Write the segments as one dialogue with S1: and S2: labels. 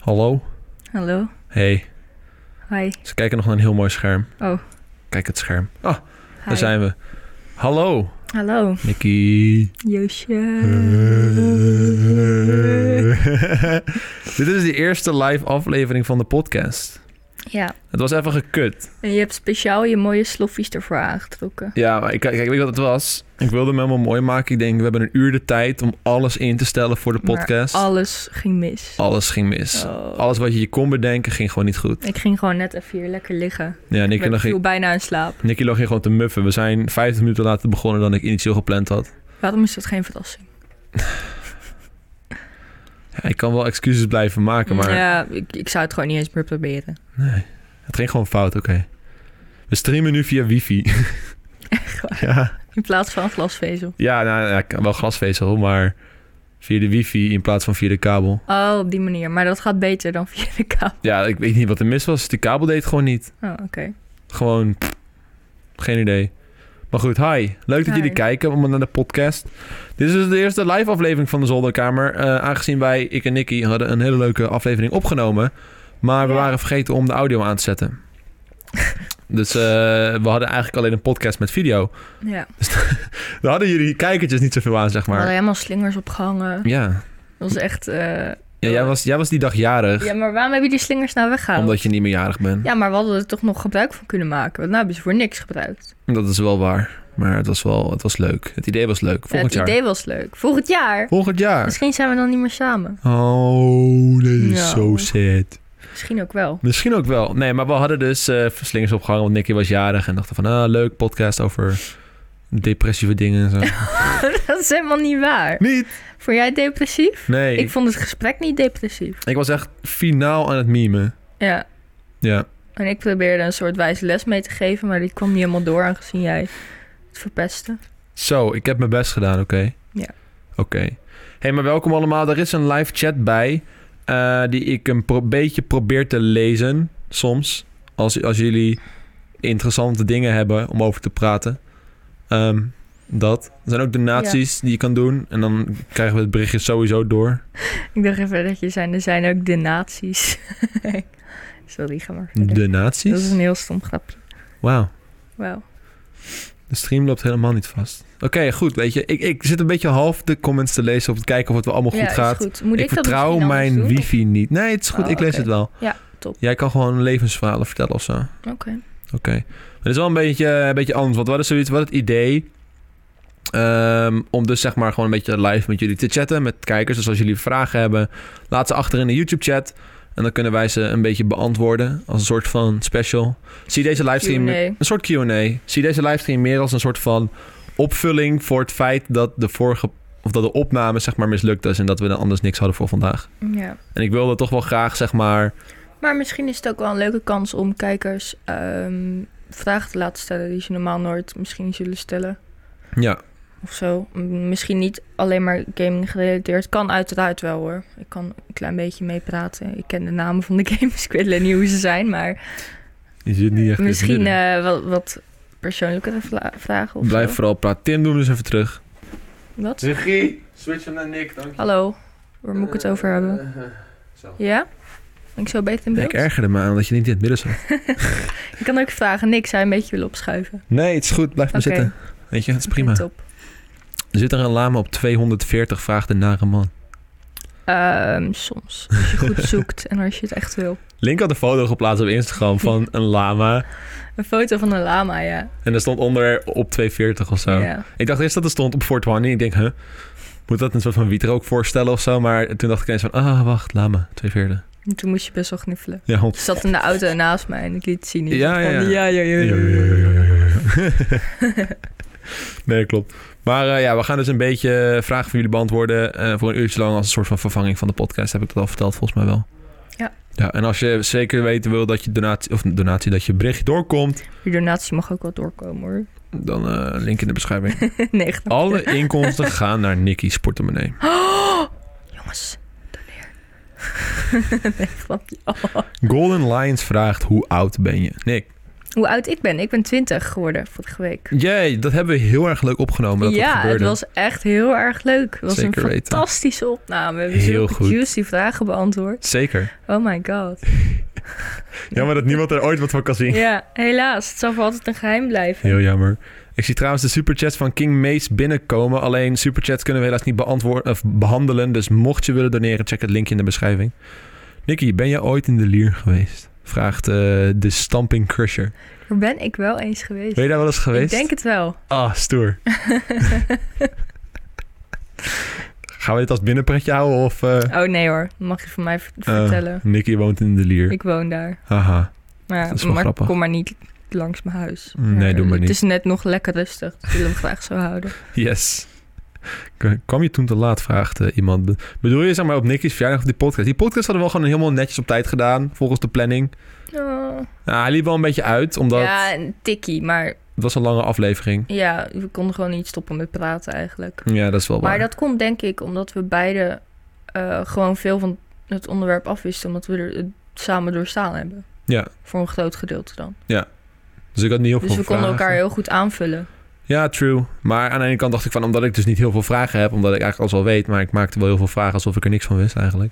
S1: Hallo?
S2: Hallo.
S1: Hey.
S2: Hi.
S1: Ze kijken nog naar een heel mooi scherm.
S2: Oh.
S1: Kijk het scherm. Ah,
S2: Hi.
S1: daar zijn we. Hallo,
S2: Hallo.
S1: Nicky.
S2: Joosje.
S1: Dit is de eerste live aflevering van de podcast.
S2: Ja,
S1: Het was even gekut.
S2: en je hebt speciaal je mooie sloffies ervoor aangetrokken.
S1: Ja, maar ik, kijk, weet je wat het was? Ik wilde hem helemaal mooi maken. Ik denk, we hebben een uur de tijd om alles in te stellen voor de
S2: Maar
S1: podcast.
S2: alles ging mis.
S1: alles ging mis.
S2: Oh.
S1: Alles wat je je kon bedenken ging gewoon niet goed.
S2: Ik ging gewoon net even hier lekker liggen.
S1: Ja, Nicky,
S2: ik
S1: lag
S2: viel
S1: hier-
S2: bijna in slaap.
S1: Nicky lag hier gewoon te muffen. We zijn 50 minuten later begonnen dan ik initieel gepland had.
S2: Waarom is dat geen verrassing?
S1: Ja, ik kan wel excuses blijven maken, maar
S2: Ja, ik, ik zou het gewoon niet eens meer proberen.
S1: nee. Het ging gewoon fout, oké. We streamen nu via wifi. Ja,
S2: In plaats van glasvezel.
S1: ja, nou, ja, ik- wel glasvezel, maar via de wifi in plaats van via de kabel.
S2: Oh, op die manier. Maar dat gaat beter dan via de kabel.
S1: Ja, ik weet niet wat er mis was. Die kabel deed het gewoon niet.
S2: Oh, oké.
S1: Gewoon, pff, geen idee. Maar goed, hi. Leuk dat
S2: Hi.
S1: jullie kijken allemaal naar de podcast. Dit is dus de eerste live aflevering van de Zolderkamer. eh, aangezien wij, ik en Nicky, hadden een hele leuke aflevering opgenomen. Maar we
S2: Ja.
S1: waren vergeten om de audio aan te zetten. dus eh, we hadden eigenlijk alleen een podcast met video.
S2: Ja.
S1: Daar hadden jullie kijkertjes niet zoveel aan, zeg
S2: We hadden
S1: maar.
S2: helemaal slingers opgehangen.
S1: Ja,
S2: Dat was echt... eh,
S1: ja jij, was, jij was die dag jarig.
S2: Ja, maar waarom hebben jullie slingers nou weggehaald?
S1: Omdat je niet meer jarig bent.
S2: Ja, maar we hadden er toch nog gebruik van kunnen maken. Want nou hebben ze voor niks gebruikt.
S1: Dat is wel waar. Maar het was wel het was leuk. Het idee was leuk. Volgend
S2: het
S1: jaar.
S2: idee was leuk. Volgend jaar.
S1: Volgend jaar.
S2: Misschien zijn we dan niet meer samen.
S1: Oh, dit is
S2: Ja.
S1: zo sad.
S2: Misschien ook wel.
S1: Misschien ook wel. Nee, maar we hadden dus eh slingers opgehangen, want Nicky was jarig en dachten van, ah, leuk podcast over depressieve dingen en zo.
S2: dat is helemaal niet waar.
S1: Niet?
S2: Vond jij het depressief?
S1: Nee,
S2: Ik
S1: ik,
S2: vond het gesprek niet depressief.
S1: was echt finaal aan het memen.
S2: Ja.
S1: Ja,
S2: En ik probeerde een soort wijze les mee te geven, maar die kwam niet helemaal door aangezien jij het verpestte.
S1: zo, ik heb mijn best gedaan, oké?
S2: Ja.
S1: Oké. hey, maar welkom allemaal. Er is een live chat bij, eh, die ik een pro- beetje probeer te lezen, soms. Als, als jullie interessante dingen hebben om over te praten. Ehm, dat. Er zijn ook donaties die je kan doen. En dan krijgen we het berichtje sowieso door.
S2: Ik dacht even dat je zei, er zijn ook de nazi's. Sorry, ga maar verder.
S1: De
S2: Dat is
S1: nazi's?
S2: een heel stom grapje.
S1: Wauw,
S2: Wauw.
S1: de stream loopt helemaal niet vast. Oké, goed, weet je. Ik, ik zit een beetje half de comments te lezen om te kijken of het wel allemaal
S2: ja,
S1: goed
S2: is
S1: gaat.
S2: goed. Moet
S1: ik,
S2: ik,
S1: vertrouw
S2: dat misschien anders
S1: mijn
S2: doen?
S1: wifi niet. Nee, het is goed,
S2: Oh,
S1: ik lees
S2: oké.
S1: het wel.
S2: Ja, top.
S1: Jij kan gewoon levensverhalen vertellen of zo. Oké.
S2: Oké.
S1: Maar het is wel een beetje, een beetje anders, want we hadden zoiets, wat het idee... ehm, om dus zeg maar gewoon een beetje live met jullie te chatten, met kijkers. Dus als jullie vragen hebben, laat ze achter in de YouTube-chat. En dan kunnen wij ze een beetje beantwoorden als een soort van special. Zie deze livestream...
S2: Q&A.
S1: Een soort Q&A. Zie deze livestream meer als een soort van opvulling voor het feit dat de vorige of dat de opname zeg maar mislukt is en dat we dan anders niks hadden voor vandaag.
S2: Ja.
S1: En ik wilde toch wel graag zeg maar
S2: Maar misschien is het ook wel een leuke kans om kijkers ehm, vragen te laten stellen die ze normaal nooit misschien zullen stellen.
S1: ja,
S2: Of zo. M- Misschien niet alleen maar gaming gerelateerd. Kan uiteraard wel hoor. Ik kan een klein beetje meepraten. Ik ken de namen van de games. Ik weet alleen niet hoe ze zijn. Maar
S1: je zit niet echt in het
S2: misschien
S1: midden.
S2: eh, wat, wat persoonlijkere vla- vragen of
S1: Blijf
S2: zo.
S1: vooral praten. Tim, doe hem dus even terug.
S2: Wat?
S1: Regie, switch hem naar Nick, dank
S2: Hallo. Waar moet ik het over hebben? Ja? Ben ik zo beter in beeld?
S1: ik ergerde me aan dat je niet in het midden zat.
S2: Ik kan ook vragen. Niks zou je een beetje willen opschuiven.
S1: Nee, het is goed. Blijf maar
S2: Oké.
S1: zitten. Weet je, het is prima.
S2: Top.
S1: Er zit er een lama op 240, vraagt de nare man.
S2: Ehm, soms. Als je goed zoekt en als je het echt wil.
S1: Link had een foto geplaatst op Instagram van een lama.
S2: Een foto van een lama, ja.
S1: En er stond onder op 240 of zo.
S2: ja.
S1: Ik dacht eerst dat het stond op 420. Ik denk, huh? Moet dat een soort van wietrook voorstellen of zo? Maar toen dacht ik ineens van, ah, wacht, laat me. Twee vierde.
S2: En toen moest je best wel knuffelen.
S1: Ja, hond.
S2: Ze zat in de auto naast mij en ik liet het zien. Ik
S1: Ja,
S2: dacht
S1: ja,
S2: van,
S1: ja.
S2: ja, ja, ja, ja.
S1: nee, klopt. Maar eh, ja, we gaan dus een beetje vragen van jullie beantwoorden. eh, voor een uurtje lang als een soort van vervanging van de podcast. Heb ik dat al verteld, volgens mij wel.
S2: Ja.
S1: ja en als je zeker weten wil dat je donatie, of donatie, dat je bericht doorkomt,
S2: Je donatie mag ook wel doorkomen hoor.
S1: dan eh, link in de beschrijving.
S2: nee, echt.
S1: Alle inkomsten gaan naar Nicky's portemonnee.
S2: Jongens, doneer. nee, grapje. Oh.
S1: Golden Lions vraagt, hoe oud ben je? Nick,
S2: Hoe oud ik ben? Ik ben 20 geworden vorige week.
S1: Jee, dat hebben we heel erg leuk opgenomen. Dat dat
S2: ja, het
S1: gebeurde.
S2: was echt heel erg leuk. Het was
S1: Zeker
S2: een
S1: weten.
S2: fantastische opname. We hebben
S1: Heel
S2: zulke
S1: goed.
S2: juicy vragen beantwoord.
S1: Zeker.
S2: Oh my god.
S1: Jammer dat niemand er ooit wat van kan zien.
S2: Ja, helaas. Het zal voor altijd een geheim blijven.
S1: Heel jammer. Ik zie trouwens de superchats van King Mace binnenkomen. Alleen superchats kunnen we helaas niet beantwoorden of behandelen. Dus mocht je willen doneren, check het linkje in de beschrijving. Nicky, ben je ooit in de lier geweest? Vraagt eh, de Stamping Crusher.
S2: Daar ben ik wel eens geweest.
S1: Ben je daar wel eens geweest?
S2: Ik denk het wel.
S1: Ah, stoer. Gaan we dit als binnenpretje houden of... eh
S2: Oh nee hoor, dat mag je van mij ver- vertellen.
S1: Nicky woont in de lier.
S2: Ik woon daar.
S1: Haha.
S2: Maar,
S1: Dat is wel
S2: maar
S1: grappig. Mm,
S2: kom maar niet langs mijn huis.
S1: Nee,
S2: Ja,
S1: doe maar niet.
S2: Het is net nog lekker rustig. Dat willen we graag zo houden.
S1: Yes. K- Kwam je toen te laat, vraagt eh, iemand. Be- Bedoel je zeg maar op Nicky's verjaardag of die podcast? Die podcast hadden we wel gewoon helemaal netjes op tijd gedaan, volgens de planning.
S2: Oh.
S1: Nou, hij liep wel een beetje uit, omdat
S2: Ja, een tikkie. Maar
S1: het was een lange aflevering.
S2: ja, we konden gewoon niet stoppen met praten eigenlijk.
S1: Ja, dat is wel waar.
S2: Maar dat komt denk ik omdat we beide eh, gewoon veel van het onderwerp afwisten. Omdat we er het samen doorstaan hebben.
S1: Ja.
S2: Voor een groot gedeelte dan.
S1: Dus ik had niet heel
S2: Dus
S1: veel
S2: we konden
S1: vragen.
S2: elkaar heel goed aanvullen.
S1: Ja, true. Maar aan de ene kant dacht ik van, omdat ik dus niet heel veel vragen heb, omdat ik eigenlijk alles wel weet, maar ik maakte wel heel veel vragen alsof ik er niks van wist eigenlijk.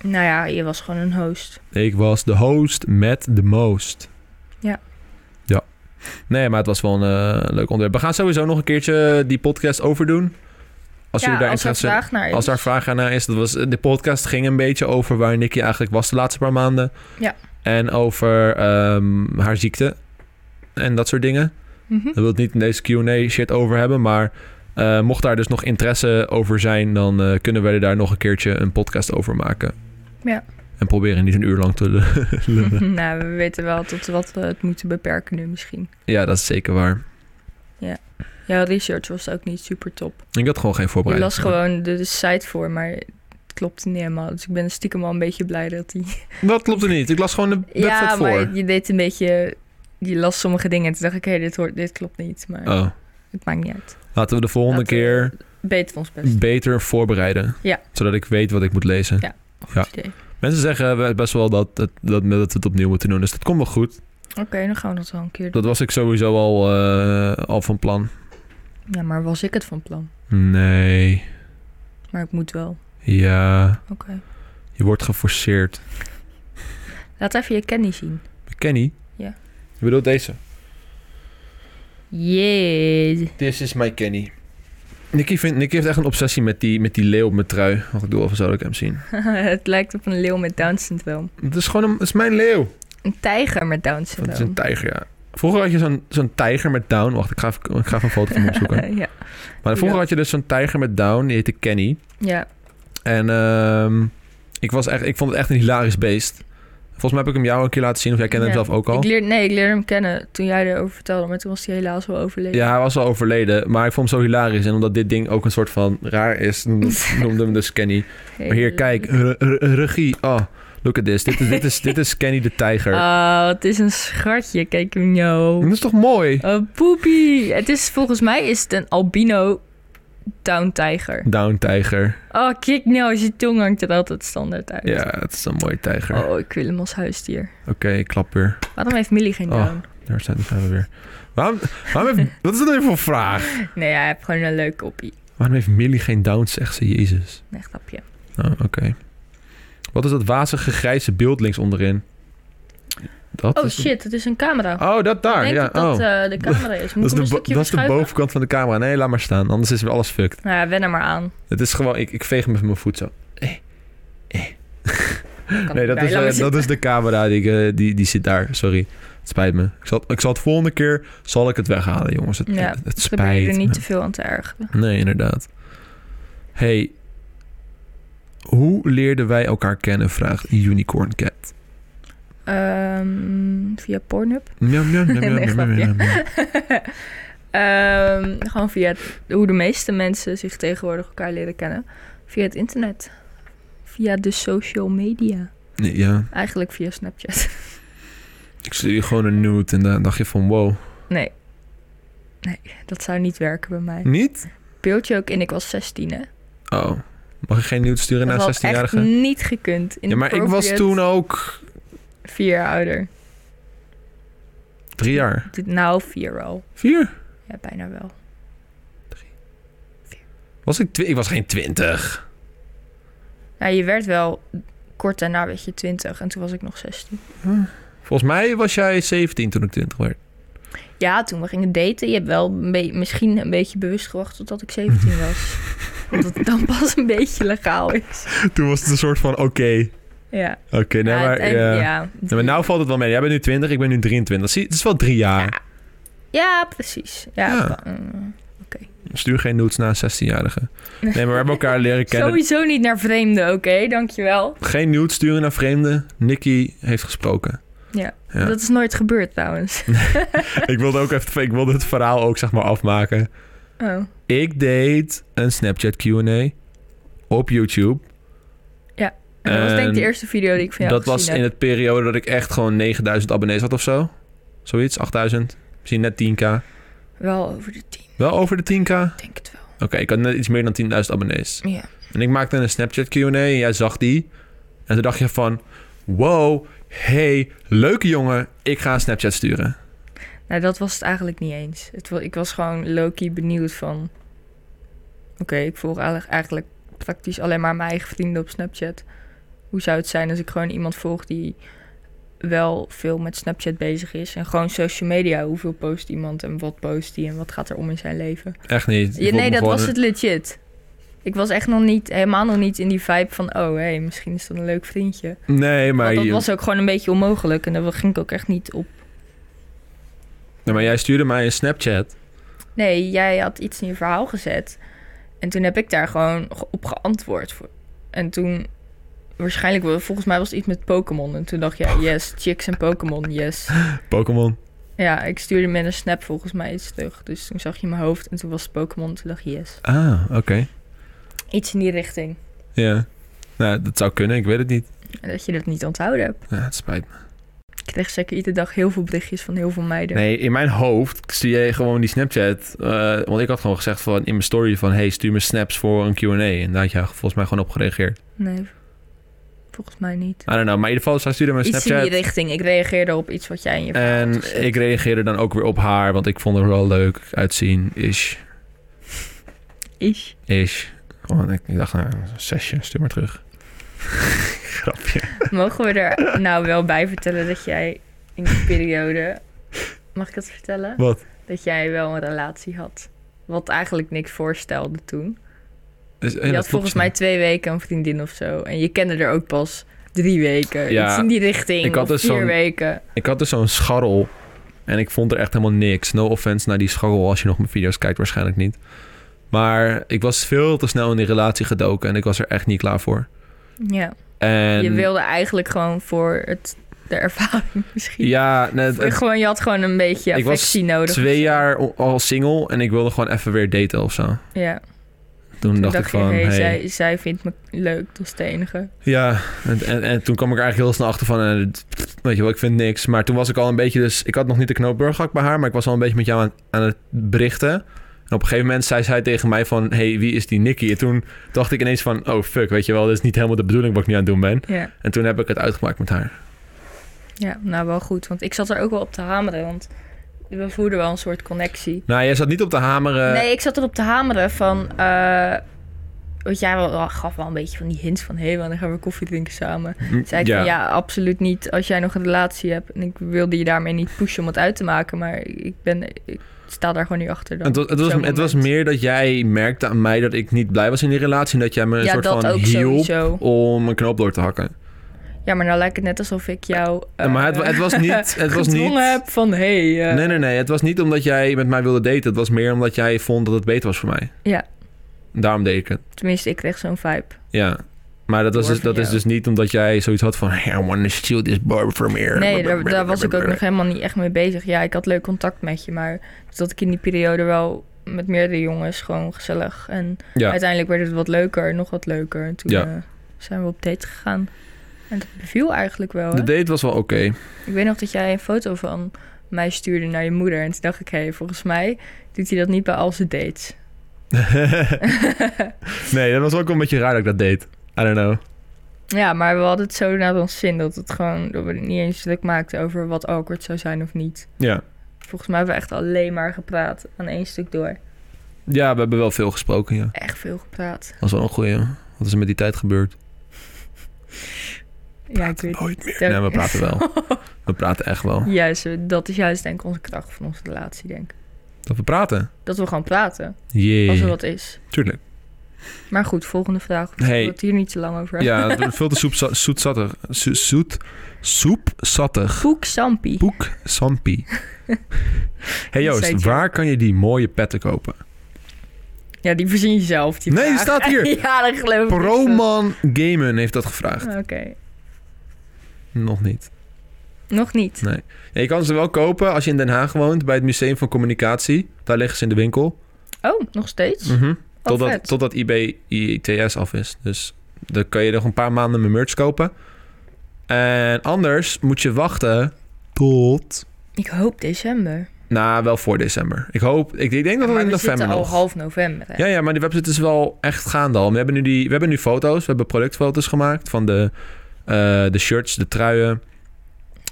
S2: Nou ja, je was gewoon een host.
S1: Ik was de host met de most.
S2: Ja.
S1: Ja. Nee, maar het was wel een eh, leuk onderwerp. We gaan sowieso nog een keertje eh, die podcast overdoen. Als
S2: ja,
S1: jullie daar
S2: als er
S1: interesse in
S2: vraag naar is.
S1: Als daar vragen naar is, dat was, de podcast ging een beetje over waar Nicky eigenlijk was de laatste paar maanden.
S2: Ja.
S1: En over ehm, haar ziekte en dat soort dingen.
S2: Mhm.
S1: Daar wil ik het niet in deze Q&A shit over hebben, maar eh, mocht daar dus nog interesse over zijn, dan eh, kunnen wij er daar nog een keertje een podcast over maken.
S2: Ja.
S1: En proberen niet een uur lang te lullen.
S2: nou, we weten wel tot wat we het moeten beperken nu misschien.
S1: ja, dat is zeker waar.
S2: Ja, research was ook niet super top.
S1: Ik had gewoon geen
S2: Je
S1: voorbereiding.
S2: las gewoon de, de site voor, maar het klopte niet helemaal. Dus ik ben stiekem al een beetje blij dat die...
S1: Dat klopt er niet. Ik las gewoon de website
S2: Ja,
S1: voor.
S2: maar je deed een beetje... Je las sommige dingen en toen dacht ik, hé, dit, hoort, dit klopt niet. Maar
S1: Oh,
S2: het maakt niet uit.
S1: laten we de volgende
S2: Laten we-
S1: keer
S2: Beter ons best.
S1: beter voorbereiden.
S2: eh, Ja.
S1: Zodat ik weet wat ik moet lezen.
S2: Ja.
S1: Ja.
S2: Goed idee. Oké,
S1: Mensen zeggen we- best wel dat, dat, dat, dat we het opnieuw moeten doen. Dus dat komt wel goed.
S2: dan gaan we dat wel een keer doen.
S1: Dat was ik sowieso al, eh, al van plan.
S2: Ja, maar was ik het van plan?
S1: Nee.
S2: Maar ik moet wel.
S1: Ja.
S2: Oké.
S1: Je wordt geforceerd.
S2: Laat even je Kenny zien.
S1: Kenny?
S2: Ja.
S1: Je bedoelt deze?
S2: Yeah.
S1: This is my Kenny. Nicky, vindt, Nicky heeft echt een obsessie met die, met die leeuw op mijn trui. Wacht, ik doe even zo dat ik hem zie.
S2: het lijkt op een leeuw met Down syndroom.
S1: Het is gewoon een, het is mijn leeuw.
S2: Een tijger met Down
S1: Het
S2: syndroom.
S1: is een tijger, ja. Vroeger had je zo'n zo'n tijger met down. Wacht, ik ga even, ik ga even een foto van hem opzoeken.
S2: ja.
S1: Maar vroeger had je dus zo'n tijger met down. Die heette Kenny.
S2: ja,
S1: En ehm, ik, was echt, ik vond het echt een hilarisch beest. Volgens mij heb ik hem jou een keer laten zien. Of jij kende hem
S2: Ja.
S1: zelf ook al.
S2: ik leer, nee, ik leerde hem kennen toen jij erover vertelde, maar toen was hij helaas wel overleden.
S1: Ja, hij was al overleden, maar ik vond hem zo hilarisch. En omdat dit ding ook een soort van raar is, noemde hem dus Kenny. Maar hier, kijk, re- re- regie. Oh, look at this. Dit is, dit is, dit is Kenny de tijger.
S2: Oh, het is een schatje, kijk hem nou.
S1: Dat is toch mooi?
S2: Oh, poepie. Het is volgens mij is het een albino down tijger.
S1: Down tijger.
S2: Oh, kijk nou, zijn tong hangt er altijd standaard uit.
S1: Ja, het is een mooie tijger. Oké,
S2: Oh, ik wil hem als huisdier.
S1: ik klap weer.
S2: Waarom heeft Millie geen
S1: Oh.
S2: down?
S1: Daar zijn daar zijn we weer. Waarom, waarom heeft, wat is dat nou weer voor vraag?
S2: Nee, hij heeft gewoon een leuk koppie.
S1: Waarom heeft Millie geen down, zegt ze, Jezus.
S2: Een grapje.
S1: Oh, oké. Wat is dat wazige grijze beeld links onderin? Dat
S2: Oh
S1: is een-
S2: shit, het is een camera.
S1: Oh, dat daar.
S2: ik denk
S1: ja.
S2: dat dat
S1: oh.
S2: eh, de camera is. Moet
S1: Dat
S2: ik hem
S1: is, de,
S2: een
S1: bo-
S2: stukje
S1: dat is de
S2: verschuiven?
S1: bovenkant van de camera. Nee, laat maar staan. Anders is weer alles fucked.
S2: Nou ja, wen er maar aan.
S1: Het is gewoon... Ik, ik veeg hem met mijn voet zo.
S2: Dan kan
S1: Nee,
S2: ik
S1: dat
S2: erbij.
S1: is,
S2: Laat
S1: eh,
S2: maar
S1: dat
S2: zitten.
S1: is de camera. Die, ik, eh, die, die zit daar. Sorry. Het spijt me. Ik zal, ik zal het volgende keer... Zal ik het weghalen, jongens. Het,
S2: Ja,
S1: het, het
S2: Probeer je
S1: spijt
S2: er niet
S1: me.
S2: te veel aan te ergeren.
S1: Nee, inderdaad. Hey. Hoe leerden wij elkaar kennen? Vraagt Unicorn Cat.
S2: Ehm, via Pornhub.
S1: Miam, miam, miam, miam,
S2: Nee,
S1: miam, miam,
S2: grapje.
S1: miam, miam.
S2: Ehm, gewoon via het- hoe de meeste mensen zich tegenwoordig elkaar leren kennen. Via het internet. Via de social media.
S1: Nee, Ja.
S2: Eigenlijk via Snapchat.
S1: Ik stuurde je gewoon een nude en dan dacht je van wow.
S2: Nee. Nee, dat zou niet werken bij mij.
S1: Niet?
S2: Beeldje ook in, ik was 16 hè.
S1: Oh. Mag je geen nude sturen
S2: dat
S1: naar
S2: had echt
S1: 16-jarige?
S2: niet gekund.
S1: Ja, maar ik was
S2: Inappropriate.
S1: toen ook
S2: Vier jaar ouder.
S1: Drie jaar.
S2: Dit- Nou, vier wel.
S1: Vier?
S2: Ja, bijna wel.
S1: Was ik, twi- ik was geen twintig.
S2: Nou, je werd wel kort daarna werd je 20 en toen was ik nog 16.
S1: Volgens mij was jij 17 toen ik 20 werd.
S2: Ja, toen we gingen daten, je hebt wel een be- misschien een beetje bewust gewacht totdat ik 17 was. Omdat het dan pas een beetje legaal is.
S1: Toen was het een soort van oké.
S2: Ja.
S1: Oké, nee,
S2: Ja,
S1: maar,
S2: en-
S1: ja.
S2: ja.
S1: Nee, maar nou valt het wel mee. Jij bent nu 20, ik ben nu 23. Zie, het is wel drie jaar.
S2: Ja, precies. Ja,
S1: Ja.
S2: pa- eh,
S1: Stuur geen nudes naar 16-jarigen. Nee, maar we hebben elkaar leren kennen.
S2: Sowieso niet naar vreemden, oké? Dankjewel.
S1: Geen nudes sturen naar vreemden. Nicky heeft gesproken.
S2: Ja.
S1: Ja.
S2: Dat is nooit gebeurd trouwens.
S1: ik wilde ook even, ik wilde het verhaal ook zeg maar afmaken.
S2: Oh.
S1: Ik deed een Snapchat Q&A op YouTube.
S2: En dat was denk ik de
S1: En
S2: eerste video die ik van jou
S1: dat was
S2: gezien
S1: in
S2: heb.
S1: het periode dat ik echt gewoon 9000 abonnees had of zo. Zoiets, 8000. Misschien net 10k.
S2: Wel over de tien,
S1: Wel over de 10k.
S2: ik denk het wel.
S1: Oké, ik had net iets meer dan 10.000 abonnees.
S2: Ja.
S1: En ik maakte een Snapchat Q&A en jij zag die. En toen dacht je van... Wow, hey, leuke jongen. Ik ga een Snapchat sturen.
S2: Nou, dat was het eigenlijk niet eens. Het, wa- ik was gewoon low-key benieuwd van... Oké, ik volg eigenlijk, eigenlijk praktisch alleen maar mijn eigen vrienden op Snapchat. Hoe zou het zijn als ik gewoon iemand volg die wel veel met Snapchat bezig is? En gewoon social media, hoeveel post iemand en wat post die en wat gaat er om in zijn leven?
S1: Echt niet. Ik
S2: Ja,
S1: voelde me
S2: nee, dat
S1: Dus gewoon
S2: was
S1: een-
S2: het legit. Ik was echt nog niet, helemaal nog niet in die vibe van... Oh, hé, hey, misschien is dat een leuk vriendje.
S1: Nee, maar,
S2: Want Oh, dat
S1: je-
S2: was ook gewoon een beetje onmogelijk. En daar ging ik ook echt niet op.
S1: nee, maar jij stuurde mij een Snapchat.
S2: Nee, jij had iets in je verhaal gezet. En toen heb ik daar gewoon ge- op geantwoord. Voor. En toen, waarschijnlijk, wel- volgens mij was het iets met Pokémon. En toen dacht jij, yes, chicks en Pokémon, yes.
S1: Pokémon.
S2: Ja, ik stuurde met een snap volgens mij iets terug. Dus toen zag je mijn hoofd en toen was het Pokémon. Toen dacht je, yes.
S1: Ah, oké.
S2: Iets in die richting.
S1: Ja. Nou, dat zou kunnen. Ik weet het niet.
S2: En dat je dat niet onthouden hebt.
S1: Ja, het spijt me.
S2: Ik kreeg zeker iedere dag heel veel berichtjes van heel veel meiden.
S1: Nee, in mijn hoofd zie je gewoon die Snapchat. eh, want ik had gewoon gezegd van, in mijn story van... Hey, stuur me snaps voor een Q&A. En daar had jij volgens mij gewoon op gereageerd.
S2: Nee, volgens mij niet.
S1: I don't know. Maar in ieder geval, zij stuurde me een
S2: Iets in
S1: Snapchat.
S2: die richting. Ik reageerde op iets wat jij in je verhaal had gezet.
S1: En ik reageerde dan ook weer op haar, want ik vond haar wel leuk uitzien. Ish,
S2: Ish.
S1: ish. Gewoon, ik, ik dacht, nou, zesje, stuur maar terug. Grapje.
S2: Mogen we er nou wel bij vertellen dat jij in die periode... Mag ik dat vertellen?
S1: Wat?
S2: Dat jij wel een relatie had. Wat eigenlijk niks voorstelde toen.
S1: Dus, ja, dat
S2: je had
S1: klopt,
S2: volgens
S1: ja.
S2: mij twee weken een vriendin of zo. En je kende er ook pas drie weken.
S1: Ja,
S2: Iets in die richting.
S1: ik had
S2: of
S1: dus
S2: vier
S1: zo'n-
S2: weken.
S1: Ik had dus zo'n scharrel en ik vond er echt helemaal niks. No offense naar die scharrel, als je nog mijn video's kijkt, waarschijnlijk niet. Maar ik was veel te snel in die relatie gedoken en ik was er echt niet klaar voor.
S2: Ja.
S1: En
S2: Je wilde eigenlijk gewoon voor het, de ervaring misschien.
S1: Ja, nee, het-
S2: Voor gewoon, je had gewoon een beetje
S1: Ik was
S2: affectie nodig.
S1: twee
S2: of zo.
S1: jaar o- al single en ik wilde gewoon even weer daten of zo. Toen,
S2: Ja. Toen
S1: dacht,
S2: dacht,
S1: ik
S2: je,
S1: van,
S2: hey,
S1: hey,
S2: zij, zij vindt me leuk, dat is de enige.
S1: Ja, en, en, en toen kwam ik er eigenlijk heel snel achter van, eh, dit- weet je wel, ik vind niks. Maar toen was ik al een beetje, dus ik had nog niet de knoop doorgehakt bij haar, maar ik was al een beetje met jou aan, aan het berichten. En op een gegeven moment zei zij tegen mij van, hey, wie is die Nicky? En toen dacht ik ineens van, oh fuck, weet je wel, dit is niet helemaal de bedoeling wat ik nu aan het doen ben.
S2: Ja.
S1: En toen heb ik het uitgemaakt met haar.
S2: ja, nou wel goed. Want ik zat er ook wel op te hameren, want we voerden wel een soort connectie.
S1: Nou, jij zat niet op eh, te hameren.
S2: nee, ik zat erop te hameren van... eh want jij wel, wel- gaf wel een beetje van die hints van... hé, hey, wanneer gaan we koffie drinken samen?
S1: Mm,
S2: Zei ik van, ja, absoluut niet als jij nog een relatie hebt. En ik wilde je daarmee niet pushen om het uit te maken. Maar ik, ben, ik sta daar gewoon niet achter dan.
S1: Het was, het, was,
S2: Zo'n
S1: het was
S2: moment.
S1: meer dat jij merkte aan mij dat ik niet blij was in die relatie. En dat jij me een
S2: Ja,
S1: soort
S2: dat
S1: van
S2: ook
S1: hielp
S2: sowieso.
S1: om een knoop door te hakken.
S2: Ja, maar nou lijkt het net alsof ik jou... eh,
S1: maar het, het was niet... Het was
S2: gedwongen
S1: niet
S2: heb van... hé, hey, eh,
S1: Nee, nee, nee. Het was niet omdat jij met mij wilde daten. Het was meer omdat jij vond dat het beter was voor mij.
S2: Ja.
S1: Daarom deed ik het.
S2: Tenminste, ik kreeg zo'n vibe.
S1: Ja. Maar dat, was
S2: Door
S1: dus, dat
S2: van
S1: is
S2: jou.
S1: dus niet omdat jij zoiets had van... Hey, I wanna steal this bar from here.
S2: Nee, daar, daar was ik ook nog helemaal niet echt mee bezig. Ja, ik had leuk contact met je, maar dat ik in die periode wel met meerdere jongens gewoon gezellig. En
S1: Ja,
S2: uiteindelijk werd het wat leuker, nog wat leuker. En toen
S1: Ja.
S2: eh, zijn we op date gegaan. En dat beviel eigenlijk wel.
S1: de
S2: Hè?
S1: date was wel oké.
S2: Ik weet nog dat jij een foto van mij stuurde naar je moeder. En toen dacht ik, hé, volgens mij doet hij dat niet bij al zijn dates.
S1: nee, dat was ook wel een beetje raar dat ik dat deed. I don't know.
S2: Ja, maar we hadden het zo naar ons zin dat het gewoon dat we het niet eens druk maakten over wat awkward zou zijn of niet.
S1: Ja.
S2: Volgens mij hebben we echt alleen maar gepraat aan één stuk door.
S1: ja, we hebben wel veel gesproken, ja.
S2: Echt veel gepraat.
S1: Dat was wel een goeie. Wat is er met die tijd gebeurd?
S2: Ja, ik weet
S1: Nooit meer.
S2: Ter-
S1: Nee, we praten wel. We praten echt wel.
S2: Juist, dat is juist denk ik onze kracht van onze relatie, denk ik.
S1: Dat we praten.
S2: Dat we gewoon praten,
S1: Jee.
S2: als er wat is.
S1: Tuurlijk.
S2: Maar goed, volgende vraag. We
S1: Hey.
S2: het hier niet te lang over hebben.
S1: Ja, het wordt veel te soep, zoetzattig. Zo- Zoet, soepzattig.
S2: Koek Sampi.
S1: Poek Sampi. hey
S2: Dat zei
S1: Joost,
S2: Joe.
S1: waar kan je die mooie petten kopen?
S2: Ja, die voorzien je zelf. Die
S1: Nee, die
S2: vraag.
S1: staat hier.
S2: ja, dat Ah. geloof ik. niet.
S1: Proman Gamen heeft dat gevraagd.
S2: Oké,
S1: Nog niet.
S2: nog niet.
S1: Ja, je kan ze wel kopen als je in Den Haag woont, bij het Museum van Communicatie. Daar liggen ze in de winkel.
S2: Oh, nog steeds?
S1: Mhm.
S2: Wat
S1: Totdat,
S2: vet.
S1: totdat IB ITS af is. Dus dan kan je nog een paar maanden mijn merch kopen. En anders moet je wachten tot...
S2: Ik hoop december.
S1: Nou, wel voor december. Ik hoop... Ik, ik denk dat
S2: maar
S1: we in
S2: we
S1: november
S2: zitten al
S1: nog...
S2: half november. Hè?
S1: Ja, ja, maar die website is wel echt gaande al. We hebben nu, die, we hebben nu foto's, we hebben productfoto's gemaakt van de, eh, de shirts, de truien.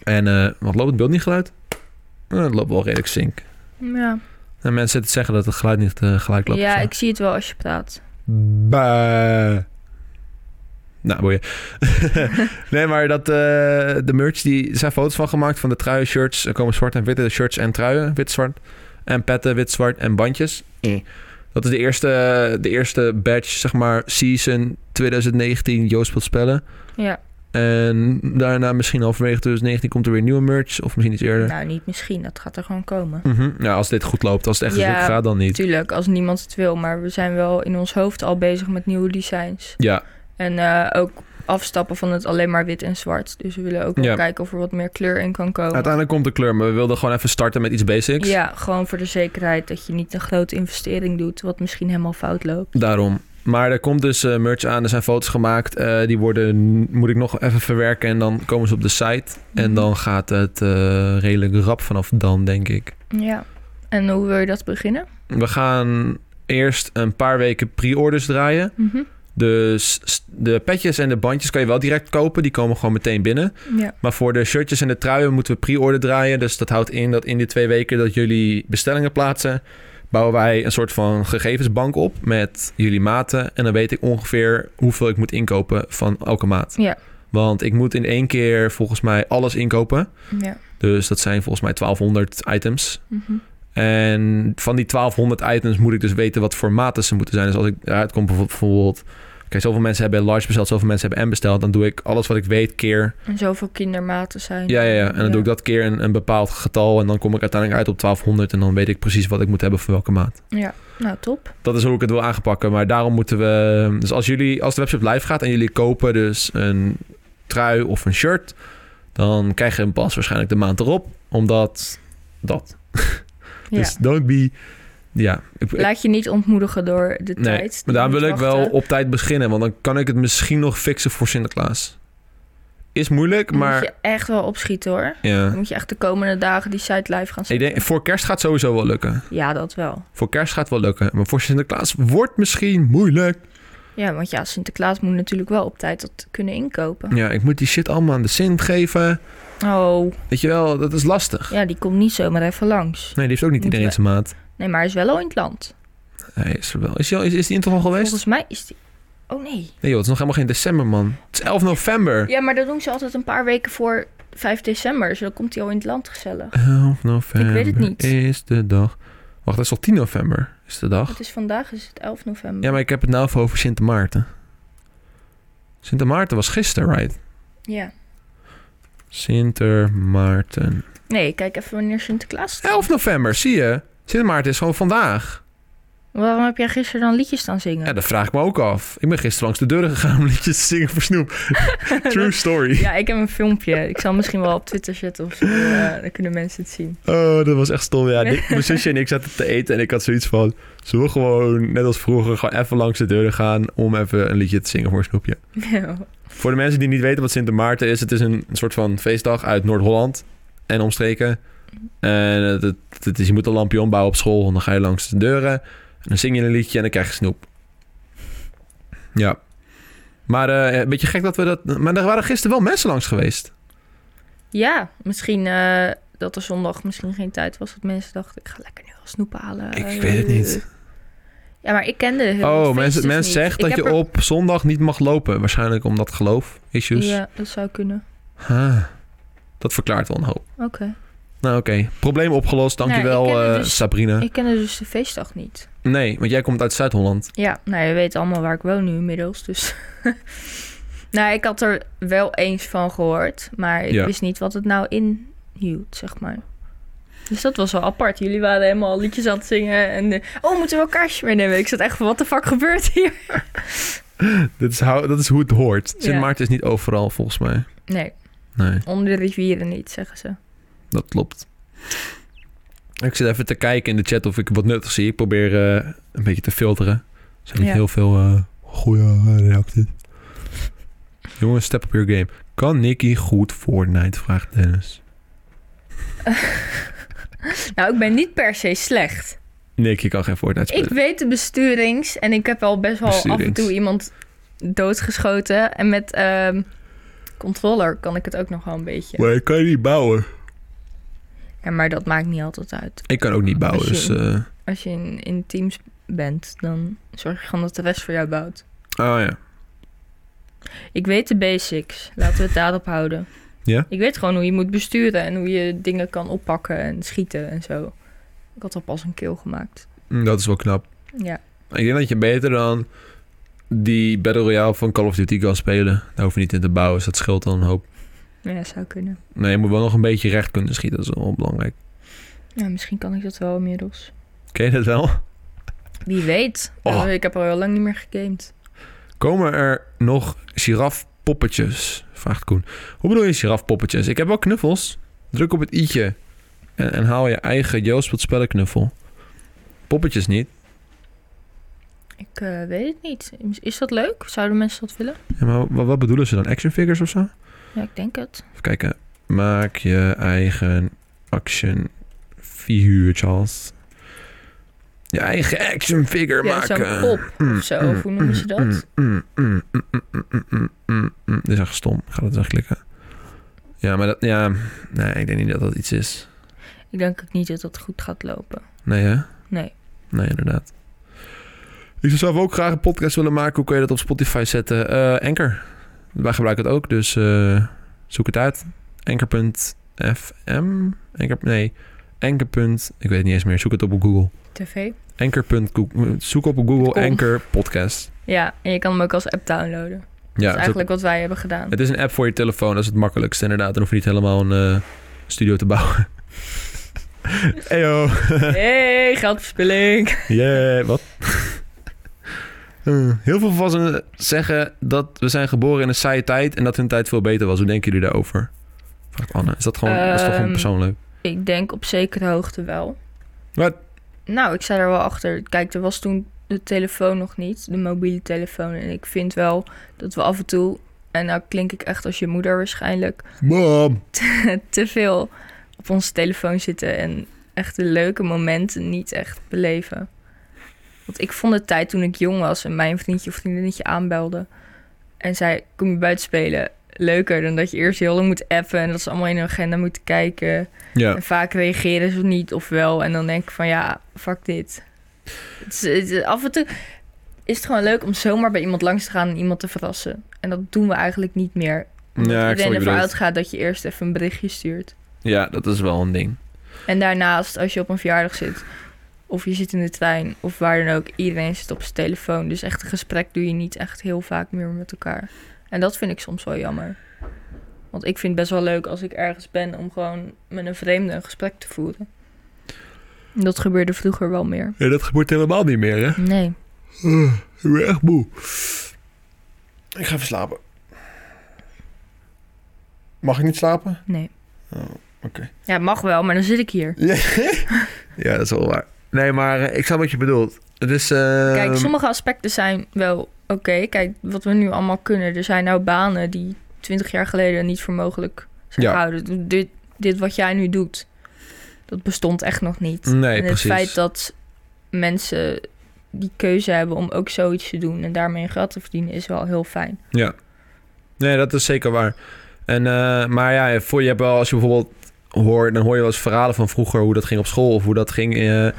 S1: En eh, wat loopt het beeld niet geluid? Eh, het loopt wel redelijk sync.
S2: Ja,
S1: En mensen zitten te zeggen dat het geluid niet eh, gelijk loopt.
S2: ja
S1: of zo.
S2: ik zie het wel als je praat.
S1: Bah. Nou, boeien. nee, maar dat, eh, de merch, die er zijn foto's van gemaakt van de truien, shirts. Er komen zwart en witte shirts en truien, wit-zwart. En petten, wit-zwart en bandjes. Eh. Dat is de eerste, de eerste badge, zeg maar, season 2019 Joost wil spellen.
S2: Ja,
S1: En daarna misschien halverwege 2019 komt er weer nieuwe merch. Of misschien iets eerder.
S2: nou niet misschien, dat gaat er gewoon komen.
S1: Mhm. Nou, als dit goed loopt, als het echt
S2: Ja.
S1: goed gaat, dan niet.
S2: Natuurlijk, als niemand het wil, maar we zijn wel in ons hoofd al bezig met nieuwe designs.
S1: Ja,
S2: En eh, ook afstappen van het alleen maar wit en zwart. Dus we willen ook wel
S1: Ja.
S2: kijken of er wat meer kleur in kan komen.
S1: uiteindelijk komt de kleur, maar we wilden gewoon even starten met iets basics.
S2: Ja, gewoon voor de zekerheid dat je niet een grote investering doet, wat misschien helemaal fout loopt.
S1: Daarom. Maar er komt dus eh, merch aan. Er zijn foto's gemaakt. Eh, die worden, moet ik nog even verwerken. En dan komen ze op de site.
S2: Mhm.
S1: En dan gaat het eh, redelijk rap vanaf dan, denk ik.
S2: Ja. En hoe wil je dat beginnen?
S1: We gaan eerst een paar weken pre-orders draaien.
S2: Mhm.
S1: Dus s- de petjes en de bandjes kan je wel direct kopen. Die komen gewoon meteen binnen.
S2: Ja.
S1: Maar voor de shirtjes en de truien moeten we pre-order draaien. Dus dat houdt in dat in die twee weken dat jullie bestellingen plaatsen, bouwen wij een soort van gegevensbank op met jullie maten. En dan weet ik ongeveer hoeveel ik moet inkopen van elke maat.
S2: Ja.
S1: Want ik moet in één keer volgens mij alles inkopen.
S2: Ja. Mhm.
S1: Dus dat zijn volgens mij 1200 items. En van die 1200 items moet ik dus weten wat voor maten ze moeten zijn. Dus als ik eruit kom bijvoorbeeld... bijvoorbeeld Oké, zoveel mensen hebben large besteld, zoveel mensen hebben M besteld. Dan doe ik alles wat ik weet keer
S2: En zoveel kindermaten zijn.
S1: ja, ja, ja. En dan doe ik dat keer een, een bepaald getal. En dan kom ik uiteindelijk uit op 1200. En dan weet ik precies wat ik moet hebben voor welke maat.
S2: Ja, nou top.
S1: Dat is hoe ik het wil aangepakken. Maar daarom moeten we. Dus als, jullie, als de webshop live gaat en jullie kopen dus een trui of een shirt. Dan krijg je hem pas waarschijnlijk de maand erop. Omdat dat.
S2: Ja.
S1: Dus don't be. Ja, ik, ik-
S2: Laat je niet ontmoedigen door de
S1: nee.
S2: tijd. die
S1: Maar daar
S2: je
S1: wil
S2: moet
S1: ik wel
S2: wachten.
S1: op tijd beginnen. Want dan kan ik het misschien nog fixen voor Sinterklaas. Is moeilijk,
S2: Daar
S1: maar.
S2: moet je echt wel opschieten hoor.
S1: Ja.
S2: Dan moet je echt de komende dagen die site live gaan
S1: Ik
S2: zetten.
S1: denk, voor kerst gaat sowieso wel lukken.
S2: Ja, dat wel.
S1: Voor kerst gaat het wel lukken, maar voor Sinterklaas wordt misschien moeilijk.
S2: Ja, want ja, Sinterklaas moet natuurlijk wel op tijd dat kunnen inkopen.
S1: Ja, ik moet die shit allemaal aan de Sint geven.
S2: Oh,
S1: Weet je wel, dat is lastig.
S2: ja, die komt niet zomaar even langs.
S1: Nee, die heeft ook niet
S2: Moeten
S1: iedereen zijn maat.
S2: Nee, maar hij is wel al in het land.
S1: Hij is er wel. Is, hij al- is, is die intro al geweest?
S2: Volgens mij is die... Oh nee.
S1: Nee joh, het is nog helemaal geen december, man. Het is 11 november.
S2: Ja, maar dat doen ze altijd een paar weken voor 5 december. Dus dan komt hij al in het land gezellig.
S1: 11 november
S2: Ik weet het niet.
S1: is de dag. Wacht, dat is al 10 november is de dag.
S2: Het is vandaag, is het 11 november.
S1: Ja, maar ik heb het nou even over Sint Maarten. Sint Maarten was gisteren, right?
S2: Ja.
S1: Sinter Maarten.
S2: Nee, kijk even wanneer Sinterklaas staat.
S1: 11 november, zie je? Sint Maarten is gewoon vandaag.
S2: Waarom heb jij gisteren dan liedjes staan zingen?
S1: Ja, dat vraag ik me ook af. Ik ben gisteren langs de deuren gegaan om liedjes te zingen voor Snoep. True story.
S2: Ja, ik heb een filmpje. Ik zal misschien wel op Twitter zetten of zo. eh, dan kunnen mensen het zien.
S1: Oh, dat was echt stom. Ja, Nick- mijn zusje en ik zaten te eten en ik had zoiets van... Zullen we gewoon, net als vroeger, gewoon even langs de deuren gaan... om even een liedje te zingen voor Snoepje.
S2: Ja.
S1: Voor de mensen die niet weten wat Sint Maarten is... het is een soort van feestdag uit Noord-Holland en omstreken. En het, het, het is, je moet een lampje ombouwen op school en dan ga je langs de deuren... en dan zing je een liedje en dan krijg je snoep. Ja. Maar eh, een beetje gek dat we dat... Maar er waren gisteren wel mensen langs geweest.
S2: Ja, misschien eh, dat er zondag misschien geen tijd was. Dat mensen dachten, ik ga lekker nu al snoep halen.
S1: Ik weet het niet.
S2: Ja, maar ik kende hun
S1: oh,
S2: feestjes
S1: mensen
S2: niet.
S1: mensen zegt
S2: Ik
S1: dat
S2: heb
S1: je
S2: er-
S1: op zondag niet mag lopen. Waarschijnlijk omdat geloof, issues.
S2: Ja, dat zou kunnen.
S1: Huh. Dat verklaart wel een hoop.
S2: Oké.
S1: Nou, oké. Probleem opgelost. Dankjewel,
S2: Nou, ik ken
S1: eh,
S2: het dus-
S1: Sabrina.
S2: Ik kende dus de feestdag niet.
S1: Nee, want jij komt uit Zuid-Holland.
S2: Ja, nou, je weet allemaal waar ik woon nu inmiddels, dus... nou, ik had er wel eens van gehoord, maar ik
S1: Ja.
S2: wist niet wat het nou inhield, zeg maar. Dus dat was wel apart. Jullie waren helemaal liedjes aan het zingen en... eh, oh, moeten we elkaar meenemen? Ik zat echt van, wat de fuck gebeurt hier?
S1: Dat is, hou- dat is hoe het hoort. Sint
S2: Ja.
S1: Maarten is niet overal, volgens mij.
S2: Nee,
S1: Nee,
S2: onder de rivieren niet, zeggen ze.
S1: dat klopt. Ik zit even te kijken in de chat of ik wat nuttig zie. Ik probeer eh, een beetje te filteren. Er zijn niet
S2: Ja.
S1: heel veel eh goede reacties. Jongens, step up your game. Kan Nicky goed Fortnite? Vraagt Dennis.
S2: Nou, ik ben niet per se slecht.
S1: Nicky kan geen Fortnite spelen.
S2: Ik weet de besturings en ik heb al best wel af en
S1: Besturings.
S2: toe iemand doodgeschoten. En met ehm, controller kan ik het ook nog wel een beetje.
S1: Maar ik kan niet bouwen.
S2: Ja, maar dat maakt niet altijd uit.
S1: Ik kan ook niet bouwen,
S2: Als
S1: dus...
S2: je-
S1: eh,
S2: Als je in, in teams bent, dan zorg je gewoon dat de rest voor jou bouwt.
S1: Oh ja.
S2: Ik weet de basics. Laten we het daarop houden.
S1: Ja?
S2: Ik weet gewoon hoe je moet besturen en hoe je dingen kan oppakken en schieten en zo. Ik had al pas een kill gemaakt.
S1: Mm, Dat is wel knap.
S2: Ja.
S1: Ik denk dat je beter dan die Battle Royale van Call of Duty kan spelen. Daar hoef je niet in te bouwen, dus dat scheelt dan een hoop.
S2: Ja, zou kunnen.
S1: Nee, je moet wel nog een beetje recht kunnen schieten. Dat is wel belangrijk.
S2: Ja, misschien kan ik dat wel inmiddels.
S1: Ken je dat wel?
S2: Wie weet.
S1: Oh.
S2: Ik heb al heel lang niet meer gegamed.
S1: Komen er nog girafpoppetjes? Vraagt Koen. Hoe bedoel je girafpoppetjes? Ik heb wel knuffels. Druk op het i'tje en, en haal je eigen Joost wat spellenknuffel. Poppetjes niet.
S2: Ik eh, weet het niet. Is dat leuk? Zouden mensen dat willen?
S1: Ja, maar wat, wat bedoelen ze dan? Action figures of zo?
S2: Ja, ik denk het.
S1: Even kijken. Maak je eigen action figuur, Charles. Je eigen action figure
S2: Ja, zo'n
S1: maken. Hmm.
S2: pop of zo, of hoe noemen ze dat?
S1: mm, mm, mm, mm, mm, mm, mm, mm, mm. Dit is echt stom. Ik ga dat wegklikken. Ja, maar dat... Ja, nee, ik denk niet dat dat iets is.
S2: Ik denk ook niet dat dat goed gaat lopen.
S1: Nee, hè?
S2: Nee.
S1: Nee, inderdaad. Ik zou zelf ook graag een podcast willen maken. Hoe kun je dat op Spotify zetten? Eh Anchor. Wij gebruiken het ook, dus eh, zoek het uit. Anchor.fm? Anchor, nee, Anchor. punt- Ik weet het niet eens meer. Zoek het op op Google.
S2: TV?
S1: Anchor. punt Goog- Zoek op op Google
S2: Kom.
S1: Anchor podcast.
S2: Ja, en je kan hem ook als app downloaden. dat
S1: Ja,
S2: is
S1: het is, ook-
S2: eigenlijk wat wij hebben gedaan.
S1: het is een app voor je telefoon. Dat is het makkelijkste, inderdaad. Dan hoef je niet helemaal een eh, studio te bouwen. Eyo.
S2: Hey, geldverspilling.
S1: Yeah, wat? Eh, Heel veel volwassenen zeggen dat we zijn geboren in een saaie tijd en dat hun tijd veel beter was. Hoe denken jullie daarover? Vraagt Anne. Is dat gewoon, dat is toch gewoon
S2: Ehm.
S1: persoonlijk?
S2: Ik denk op zekere hoogte wel.
S1: Wat?
S2: Nou, ik sta er wel achter. Kijk, er was toen de telefoon nog niet, de mobiele telefoon. En ik vind wel dat we af en toe, en nou klink ik echt als je moeder waarschijnlijk,
S1: Mom.
S2: te veel op onze telefoon zitten en echt de leuke momenten niet echt beleven. Want ik vond de tijd toen ik jong was en mijn vriendje of vriendinnetje aanbelde en zei: Kom je buiten spelen? Leuker dan dat je eerst heel lang moet appen en dat ze allemaal in hun agenda moeten kijken.
S1: Ja.
S2: En vaak reageren ze niet of wel. En dan denk ik van ja, fuck dit. Het is- het is- af en toe is het gewoon leuk om zomaar bij iemand langs te gaan en iemand te verrassen. En dat doen we eigenlijk niet meer. Omdat
S1: Ja, ik snap
S2: iedereen
S1: wat je
S2: ervan
S1: bedoelt.
S2: uitgaat dat je eerst even een berichtje stuurt.
S1: ja, dat is wel een ding.
S2: En daarnaast, als je op een verjaardag zit, of je zit in de trein, of waar dan ook, iedereen zit op zijn telefoon. Dus echt een gesprek doe je niet echt heel vaak meer met elkaar. En dat vind ik soms wel jammer. Want ik vind het best wel leuk als ik ergens ben om gewoon met een vreemde een gesprek te voeren. Dat gebeurde vroeger wel meer.
S1: Ja, dat gebeurt helemaal niet meer, hè?
S2: Nee.
S1: ik ben echt moe. Ik ga even slapen. Mag ik niet slapen?
S2: Nee.
S1: Oh, oké.
S2: Ja, mag wel, maar dan zit ik hier.
S1: Ja, dat is wel waar. Nee, maar eh, ik snap wat je bedoelt. Het is... eh,
S2: Kijk, sommige aspecten zijn wel oké. Kijk, wat we nu allemaal kunnen. Er zijn nou banen die 20 jaar geleden niet voor mogelijk zijn
S1: Ja.
S2: gehouden. Dit, dit wat jij nu doet, dat bestond echt nog niet.
S1: Mm, Nee,
S2: en het
S1: precies.
S2: feit dat mensen die keuze hebben om ook zoiets te doen en daarmee geld te verdienen, is wel heel fijn.
S1: Nee, dat is zeker waar. En, eh, maar ja, voor je hebt wel, als je bijvoorbeeld hoort, dan hoor je wel eens verhalen van vroeger hoe dat ging op school of hoe dat ging eh, eh,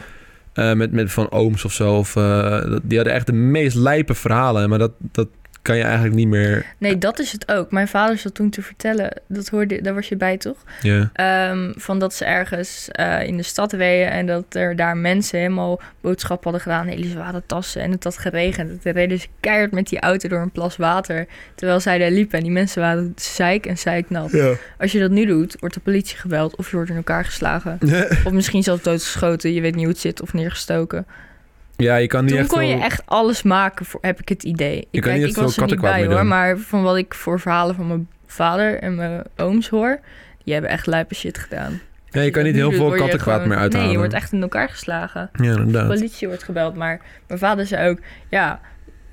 S1: met, met van ooms of zo. Of, eh, dat- die hadden echt de meest lijpe verhalen, maar dat, dat kan je eigenlijk niet meer.
S2: Nee, dat is het ook. Mijn vader zat toen te vertellen, dat hoorde, daar was je bij toch?
S1: Ja,
S2: Ehm, van dat ze ergens eh, in de stad ween en dat er daar mensen helemaal boodschappen hadden gedaan. Hele zware tassen en het had geregend. En Toen reden ze keihard met die auto door een plas water. Terwijl zij daar liepen en die mensen waren zeik en zeiknat.
S1: ja.
S2: Als je dat nu doet, wordt de politie gebeld of je wordt in elkaar geslagen. Of misschien zelfs doodgeschoten, je weet niet hoe het zit, of neergestoken.
S1: ja je kan niet
S2: Toen
S1: echt.
S2: kon je
S1: wel-
S2: echt alles maken, voor, heb ik het idee. Ik,
S1: kan niet echt
S2: ik
S1: veel
S2: was er niet
S1: kattenkwaad
S2: bij
S1: mee
S2: hoor,
S1: doen.
S2: maar van wat ik voor verhalen van mijn vader en mijn ooms hoor... die hebben echt lijpe shit gedaan.
S1: Ja, je kan niet
S2: Nu
S1: heel
S2: doet-
S1: veel
S2: word je
S1: kattenkwaad
S2: gewoon-
S1: meer uithalen.
S2: Nee, je wordt echt in elkaar geslagen.
S1: Ja,
S2: De
S1: inderdaad.
S2: politie wordt gebeld, maar mijn vader zei ook... ja,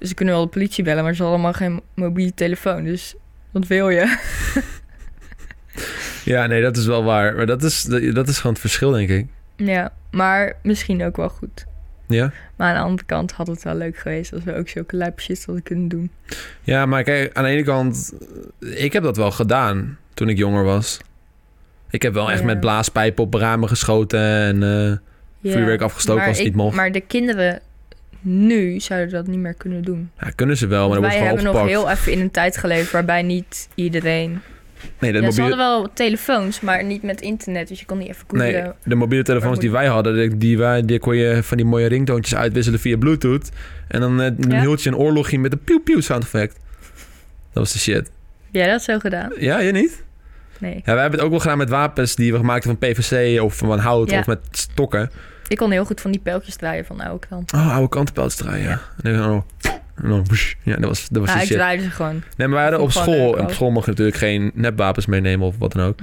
S2: ze kunnen wel de politie bellen, maar ze hadden allemaal geen mobiele telefoon. Dus wat wil je?
S1: Ja, nee, dat is wel waar. Maar dat is, dat is gewoon het verschil, denk ik.
S2: ja, maar misschien ook wel goed.
S1: Ja?
S2: Maar aan de andere kant had het wel leuk geweest... als we ook zulke lijpe shit hadden kunnen doen.
S1: Ja, maar kijk, aan de ene kant, eh, ik heb dat wel gedaan toen ik jonger was. Ik heb wel echt
S2: Ja.
S1: met blaaspijpen op ramen geschoten en eh,
S2: Ja.
S1: vuurwerk afgestoken
S2: Maar
S1: als het
S2: ik-
S1: niet mocht.
S2: Maar de kinderen nu zouden dat niet meer kunnen doen.
S1: Ja, kunnen ze wel, Oh, maar
S2: Want
S1: dat
S2: wij
S1: wordt
S2: hebben
S1: gewoon opgepakt.
S2: nog heel even in een tijd geleefd waarbij niet iedereen...
S1: Nee, de,
S2: Ja, ze
S1: mobiele,
S2: hadden wel telefoons, maar niet met internet. Dus je kon niet even googlen.
S1: nee, de mobiele telefoons
S2: moet-
S1: die wij hadden, die, die, wij, die kon je van die mooie ringtoontjes uitwisselen via bluetooth. En dan, eh, dan
S2: Ja.
S1: hield je een oorlogje met een piu-piu sound effect. Dat was de shit.
S2: Heb jij dat zo gedaan?
S1: Ja, je niet?
S2: Nee.
S1: Ja, wij hebben het ook wel gedaan met wapens die we gemaakt hebben van PVC of van hout
S2: Ja.
S1: of met stokken.
S2: Ik kon heel goed van die pijltjes draaien van de oude kant.
S1: Oh, oude kantenpijls draaien, ja. En dan, oh, en dan whoosh. ja, dat was, dat was
S2: Nou,
S1: die
S2: ik
S1: shit.
S2: draaide ze gewoon.
S1: Nee, maar wij hadden op
S2: vond ik gewoon eh,
S1: school,
S2: leuk
S1: en op
S2: ook.
S1: school mocht je natuurlijk geen nepwapens meenemen of wat dan ook.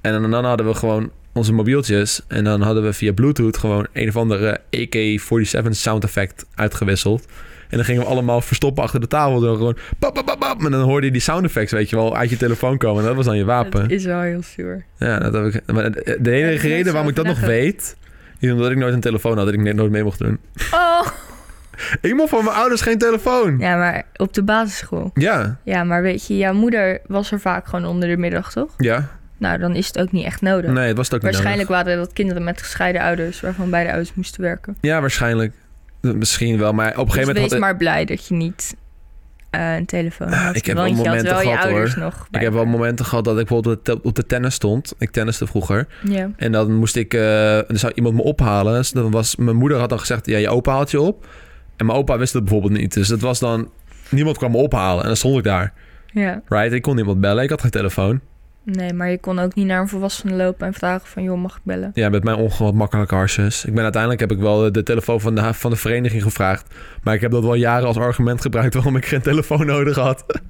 S1: En dan, dan hadden we gewoon onze mobieltjes en dan hadden we via bluetooth gewoon een of andere AK-47 sound effect uitgewisseld. En dan gingen we allemaal verstoppen achter de tafel door gewoon pap, pap, pap, pap. En dan hoorde je die sound effects, weet je wel, uit je telefoon komen. En dat was dan je wapen.
S2: Dat is wel heel zuur.
S1: Ja, dat heb ik. Maar de de
S2: Ja, ik
S1: enige
S2: moet
S1: reden
S2: zo
S1: waarom ik dat nog
S2: overleggen.
S1: weet, is omdat ik nooit een telefoon had, dat ik net nooit mee mocht doen.
S2: Oh!
S1: Ik mocht van mijn ouders geen telefoon. Ja.
S2: Ja, maar op de basisschool.
S1: Ja.
S2: Ja, maar weet je, jouw moeder was er vaak gewoon onder de middag, toch? Nou, dan is het ook niet echt nodig.
S1: Nee, het was het ook niet
S2: Waarschijnlijk waren dat kinderen met gescheiden ouders... waarvan beide ouders moesten werken.
S1: nodig. Ja, waarschijnlijk. Misschien wel, maar op een gegeven
S2: dus
S1: moment had
S2: wees
S1: ik...
S2: maar blij dat je niet eh, een telefoon
S1: Ah,
S2: had.
S1: ik heb
S2: want
S1: wel
S2: je had
S1: momenten
S2: wel je
S1: gehad,
S2: ouders nog. bij
S1: Ik heb wel
S2: elkaar.
S1: momenten gehad dat ik bijvoorbeeld op de, op de tennis stond. Ik tenniste vroeger.
S2: Ja.
S1: En dan moest ik... eh, dan zou iemand me ophalen. Dus dan was, mijn moeder had dan gezegd, ja, je opa haalt je op. En mijn opa wist dat bijvoorbeeld niet. Dus dat was dan... Niemand kwam me ophalen. En dan stond ik daar.
S2: ja,
S1: Right? Ik kon niemand bellen. Ik had geen telefoon.
S2: nee, maar je kon ook niet naar een volwassene lopen en vragen van... joh, mag ik bellen?
S1: Ja, met mijn ongemakkelijke harsjes. Ik ben uiteindelijk heb ik wel de telefoon van de, van de vereniging gevraagd. Maar ik heb dat wel jaren als argument gebruikt waarom ik geen telefoon nodig had.
S2: Of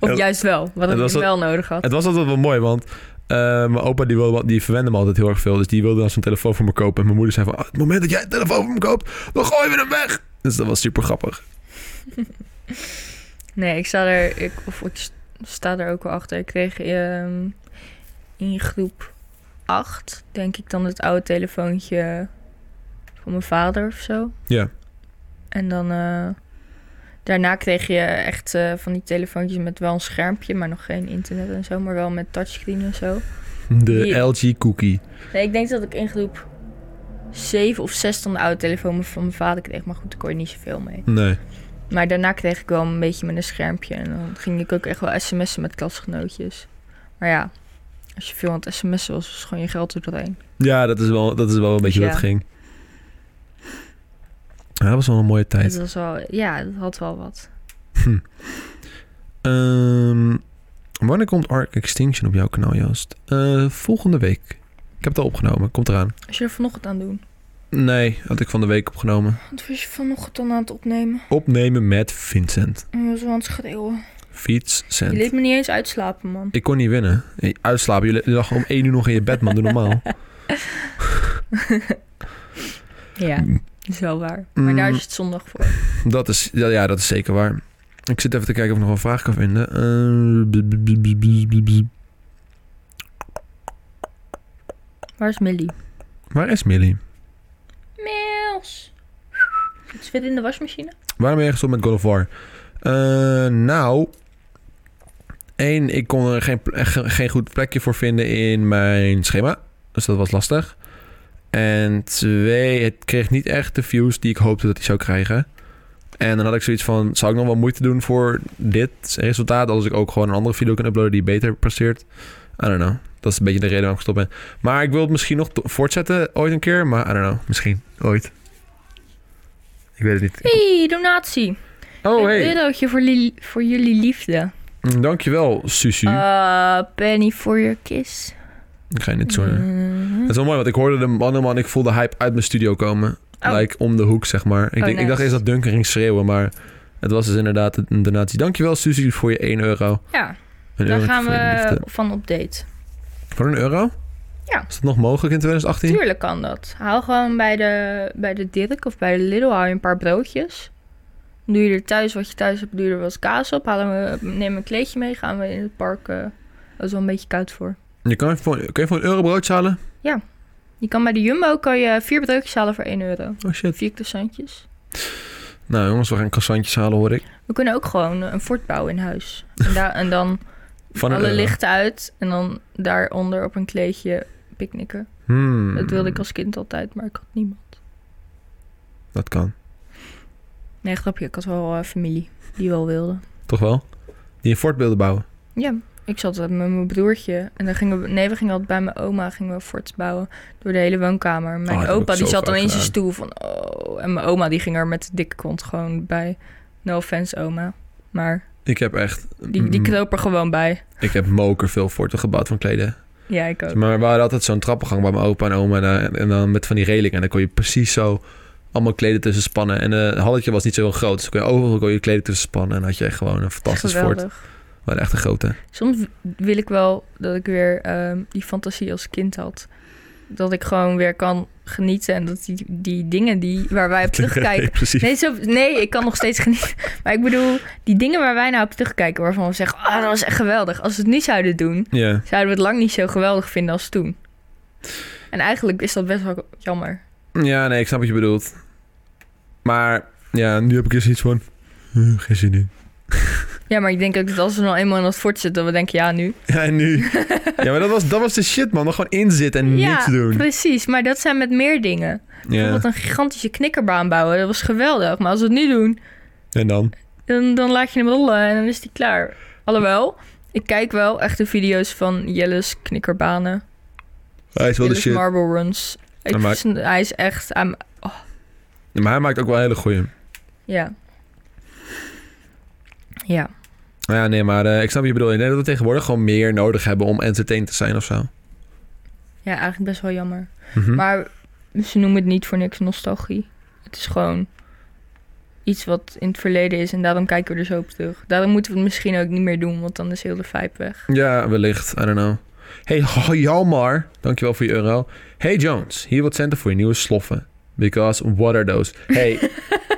S1: Oh. En-
S2: juist wel, wat ik
S1: was dat-
S2: wel nodig had.
S1: Het was altijd wel mooi, want eh, mijn opa die, wilde, wel- die verwende me altijd heel erg veel. Dus die wilde dan zo'n telefoon voor me kopen. En mijn moeder zei van, "Ah, het moment dat jij een telefoon voor me koopt, dan gooien we hem weg. Dus dat was super grappig.
S2: Nee, ik sta er... Ik, of ik s- sta er ook wel achter. Ik kreeg ehm, in groep 8, denk ik, dan het oude telefoontje van mijn vader of zo.
S1: Ja.
S2: En dan... eh, daarna kreeg je echt eh, van die telefoontjes met wel een schermpje, maar nog geen internet en zo. Maar wel met touchscreen en zo.
S1: De
S2: Die-
S1: LG cookie.
S2: Nee, ik denk dat ik in groep 7 of 6 dan de oude telefoon van mijn vader kreeg. Maar goed, daar kon je niet zoveel mee.
S1: Nee.
S2: Maar daarna kreeg ik wel een beetje met een schermpje. En dan ging ik ook echt wel sms'en met klasgenootjes. Maar ja, als je veel aan het sms'en was, was gewoon je geld er doorheen.
S1: Ja, dat is wel, dat is wel een beetje
S2: ja.
S1: hoe het ging. Ja, dat was wel een mooie tijd.
S2: Dus Dat was wel, ja, dat had wel wat.
S1: Ehm, wanneer komt Ark Extinction op jouw kanaal, Joost? Eh, volgende week. Ik heb het al opgenomen. Komt eraan.
S2: Als je er vanochtend aan doen.
S1: Nee, had ik van de week opgenomen.
S2: Wat was je vanochtend dan aan het opnemen?
S1: Opnemen met Vincent.
S2: En je was wel aan het schreeuwen. Je
S1: Fietscent.
S2: liet me niet eens uitslapen, man.
S1: Ik kon niet winnen. Hey, Uitslapen. Jullie jullie lagen om één uur nog in je bed, man. Doe normaal.
S2: Ja, dat is wel waar. Maar daar
S1: Mm.
S2: is het zondag voor.
S1: Dat is, ja, ja, dat is zeker waar. Ik zit even te kijken of ik nog een vraag kan vinden. Eh, bzz, bzz, bzz, bzz, bzz, bzz.
S2: Waar is Millie?
S1: Waar is Millie?
S2: Mils! Het zit in de wasmachine.
S1: Waarom ben je gestopt met God of War? Eh, nou, één, ik kon er geen, ple- ge- geen goed plekje voor vinden in mijn schema. Dus dat was lastig. En twee, het kreeg niet echt de views die ik hoopte dat hij zou krijgen. En dan had ik zoiets van, zou ik nog wel moeite doen voor dit resultaat... als ik ook gewoon een andere video kan uploaden die beter presteert? I don't know. Dat is een beetje de reden waarom ik gestopt ben. Maar ik wil het misschien nog to- voortzetten ooit een keer. Maar I don't know, misschien ooit. Ik weet het niet.
S2: Hey, donatie.
S1: Oh,
S2: Een
S1: hey.
S2: eurotje voor, li- voor jullie liefde.
S1: Mm, Dankjewel, Susu.
S2: Ah, penny for your kiss.
S1: ik ga je niet zo...
S2: Mhm.
S1: Het is wel mooi, want ik hoorde de mannen, man, ik voel de hype uit mijn studio komen.
S2: Oh.
S1: Like om de hoek, zeg maar. Ik, denk, ik
S2: nice.
S1: dacht eerst dat Duncan ging schreeuwen, maar het was dus inderdaad een donatie. Dankjewel, Suzy, voor je 1 euro.
S2: Ja,
S1: Een
S2: daar
S1: eurotje
S2: gaan
S1: voor je
S2: we
S1: liefde.
S2: van op date.
S1: Voor een euro?
S2: Ja.
S1: Is dat nog mogelijk in 2018?
S2: Tuurlijk kan dat. Haal gewoon bij de, bij de Dirk of bij de Lidl haal je een paar broodjes. Doe je er thuis wat je thuis hebt, doe je er wat kaas op. Halen we, neem een kleedje mee, gaan we in het park. eh, dat is wel een beetje koud voor.
S1: Je kan, even voor, kun je voor een euro broodje halen?
S2: Je kan bij de Jumbo kan je vier broodjes halen voor 1 euro.
S1: Oh shit.
S2: Vier croissantjes.
S1: Nou jongens, we gaan croissantjes halen, hoor ik.
S2: We kunnen ook gewoon een fort bouwen in huis. En, daar- en dan
S1: Van een
S2: alle
S1: euro.
S2: lichten uit en dan daaronder op een kleedje picknicken.
S1: Hmm,
S2: Dat wilde ik als kind altijd, maar ik had niemand.
S1: Dat kan.
S2: Nee, grapje. Ik had wel eh, familie die wel wilde.
S1: Toch wel? Die een fort wilde bouwen.
S2: Ja, ik zat eh, met mijn broertje. En dan gingen we, nee, we gingen altijd bij mijn oma gingen we forts bouwen door de hele woonkamer.
S1: Oh,
S2: Mijn
S1: dat heb
S2: opa
S1: ik
S2: die
S1: zo
S2: zat dan
S1: vaak
S2: in zijn
S1: gedaan.
S2: stoel van oh. En mijn oma die ging er met de dikke kont gewoon bij. No offense oma. Maar
S1: Ik heb echt...
S2: die, die
S1: mm,
S2: kroop er gewoon bij.
S1: Ik heb moker veel forten gebouwd van kleden.
S2: Ja, ik ook.
S1: Eh, Maar we hadden altijd zo'n trappengang bij mijn opa en oma. En, eh, en dan met van die relingen. En dan kon je precies zo allemaal kleden tussen spannen. En eh, het halletje was niet zo heel groot. Dus dan kon je overal kon je kleden tussen spannen. En dan had je echt gewoon een fantastisch fort. We
S2: Geweldig.
S1: waren echt een grote.
S2: Soms wil ik wel dat ik weer ehm, die fantasie als kind had. Dat ik gewoon weer kan genieten. En dat die, die dingen die, waar wij op Eh, terugkijken.
S1: precies.
S2: Nee, zo, nee, ik kan nog steeds genieten. Maar ik bedoel, die dingen waar wij nou op terugkijken, waarvan we zeggen, ah, dat was echt geweldig. Als we het niet zouden doen,
S1: Ja,
S2: zouden we het lang niet zo geweldig vinden als toen. En eigenlijk is dat best wel jammer.
S1: ja, nee, ik snap wat je bedoelt. Maar ja, nu heb ik eens iets van... "Huh, geen zin in.
S2: Ja, maar ik denk ook dat als we nou eenmaal in dat fort zitten, dat we denken, ja, nu.
S1: Ja, en nu? ja, maar dat was, dat was de shit, man. Dan gewoon inzitten en
S2: ja,
S1: niets doen.
S2: precies. Maar dat zijn met meer dingen.
S1: Ja,
S2: Bijvoorbeeld een gigantische knikkerbaan bouwen, dat was geweldig. Maar als we het nu doen,
S1: en dan?
S2: dan, dan laat je hem rollen en dan is die klaar. Alhoewel, ik kijk wel echt de video's van Jelle's knikkerbanen.
S1: Hij is wel de
S2: Phyllis
S1: shit.
S2: Marble Runs. Ik
S1: Hij maakt-
S2: vind- Hij is echt... aan.
S1: Maar hij maakt ook wel hele goeie.
S2: ja. Ja.
S1: Nou Ja, nee, maar eh, ik snap wat je bedoelt. Ik denk dat we tegenwoordig gewoon meer nodig hebben om entertained te zijn of zo.
S2: ja, eigenlijk best wel jammer.
S1: Mhm.
S2: Maar ze noemen het niet voor niks nostalgie. Het is gewoon iets wat in het verleden is en daarom kijken we er zo op terug. Daarom moeten we het misschien ook niet meer doen, want dan is heel de vibe weg.
S1: Ja, wellicht. I don't know. Hey, ho- Jalmar. Dankjewel voor je euro. Hey Jones, hier wat centen voor je nieuwe sloffen. Because what are those? Hey,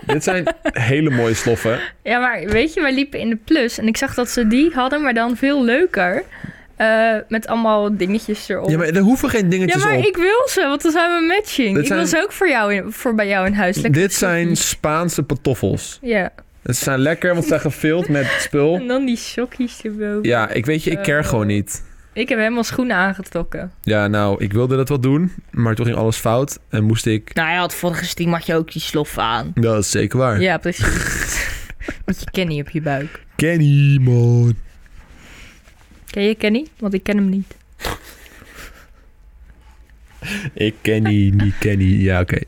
S1: dit zijn hele mooie sloffen.
S2: Ja, maar weet je, wij liepen in de plus en ik zag dat ze die hadden, maar dan veel leuker. Eh, met allemaal dingetjes erop.
S1: Ja, maar er hoeven geen
S2: Ja,
S1: dingetjes
S2: maar
S1: op.
S2: ik wil ze, want dan zijn we matching.
S1: Dit
S2: ik
S1: zijn-
S2: wil ze ook voor jou in- voor bij jou in huis. Lekker
S1: Dit zijn
S2: sokkies.
S1: Spaanse pantoffels.
S2: Ja,
S1: Het zijn lekker, want ze zijn gevuld met spul.
S2: en dan die sokjes erboven.
S1: Oh. Ja, ik weet je, ik care
S2: Eh.
S1: gewoon niet.
S2: Ik heb helemaal schoenen aangetrokken.
S1: Ja, nou, ik wilde dat wel doen, maar toen ging alles fout en moest ik...
S2: Nou ja, had vorige stream had je ook die slof aan.
S1: Dat is zeker waar.
S2: Ja, precies. Met je Kenny op je buik.
S1: Kenny, man.
S2: Ken je Kenny? Want ik ken hem niet.
S1: Ik ken die, niet ken die. Ja, oké.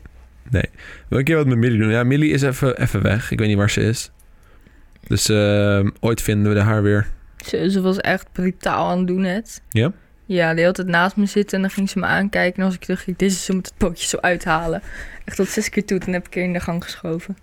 S1: Nee. Wil ik een keer wat met Millie doen? Ja, Millie is even, even weg. Ik weet niet waar ze is. Dus ehm, ooit vinden we haar weer.
S2: Ze, ze was echt brutaal aan het doen net.
S1: Ja?
S2: Ja, de hele tijd naast me zitten en dan ging ze me aankijken. En als ik terug ging, dit is ze moet het pootje zo uithalen. Echt tot zes keer toe, toen heb ik haar in de gang geschoven.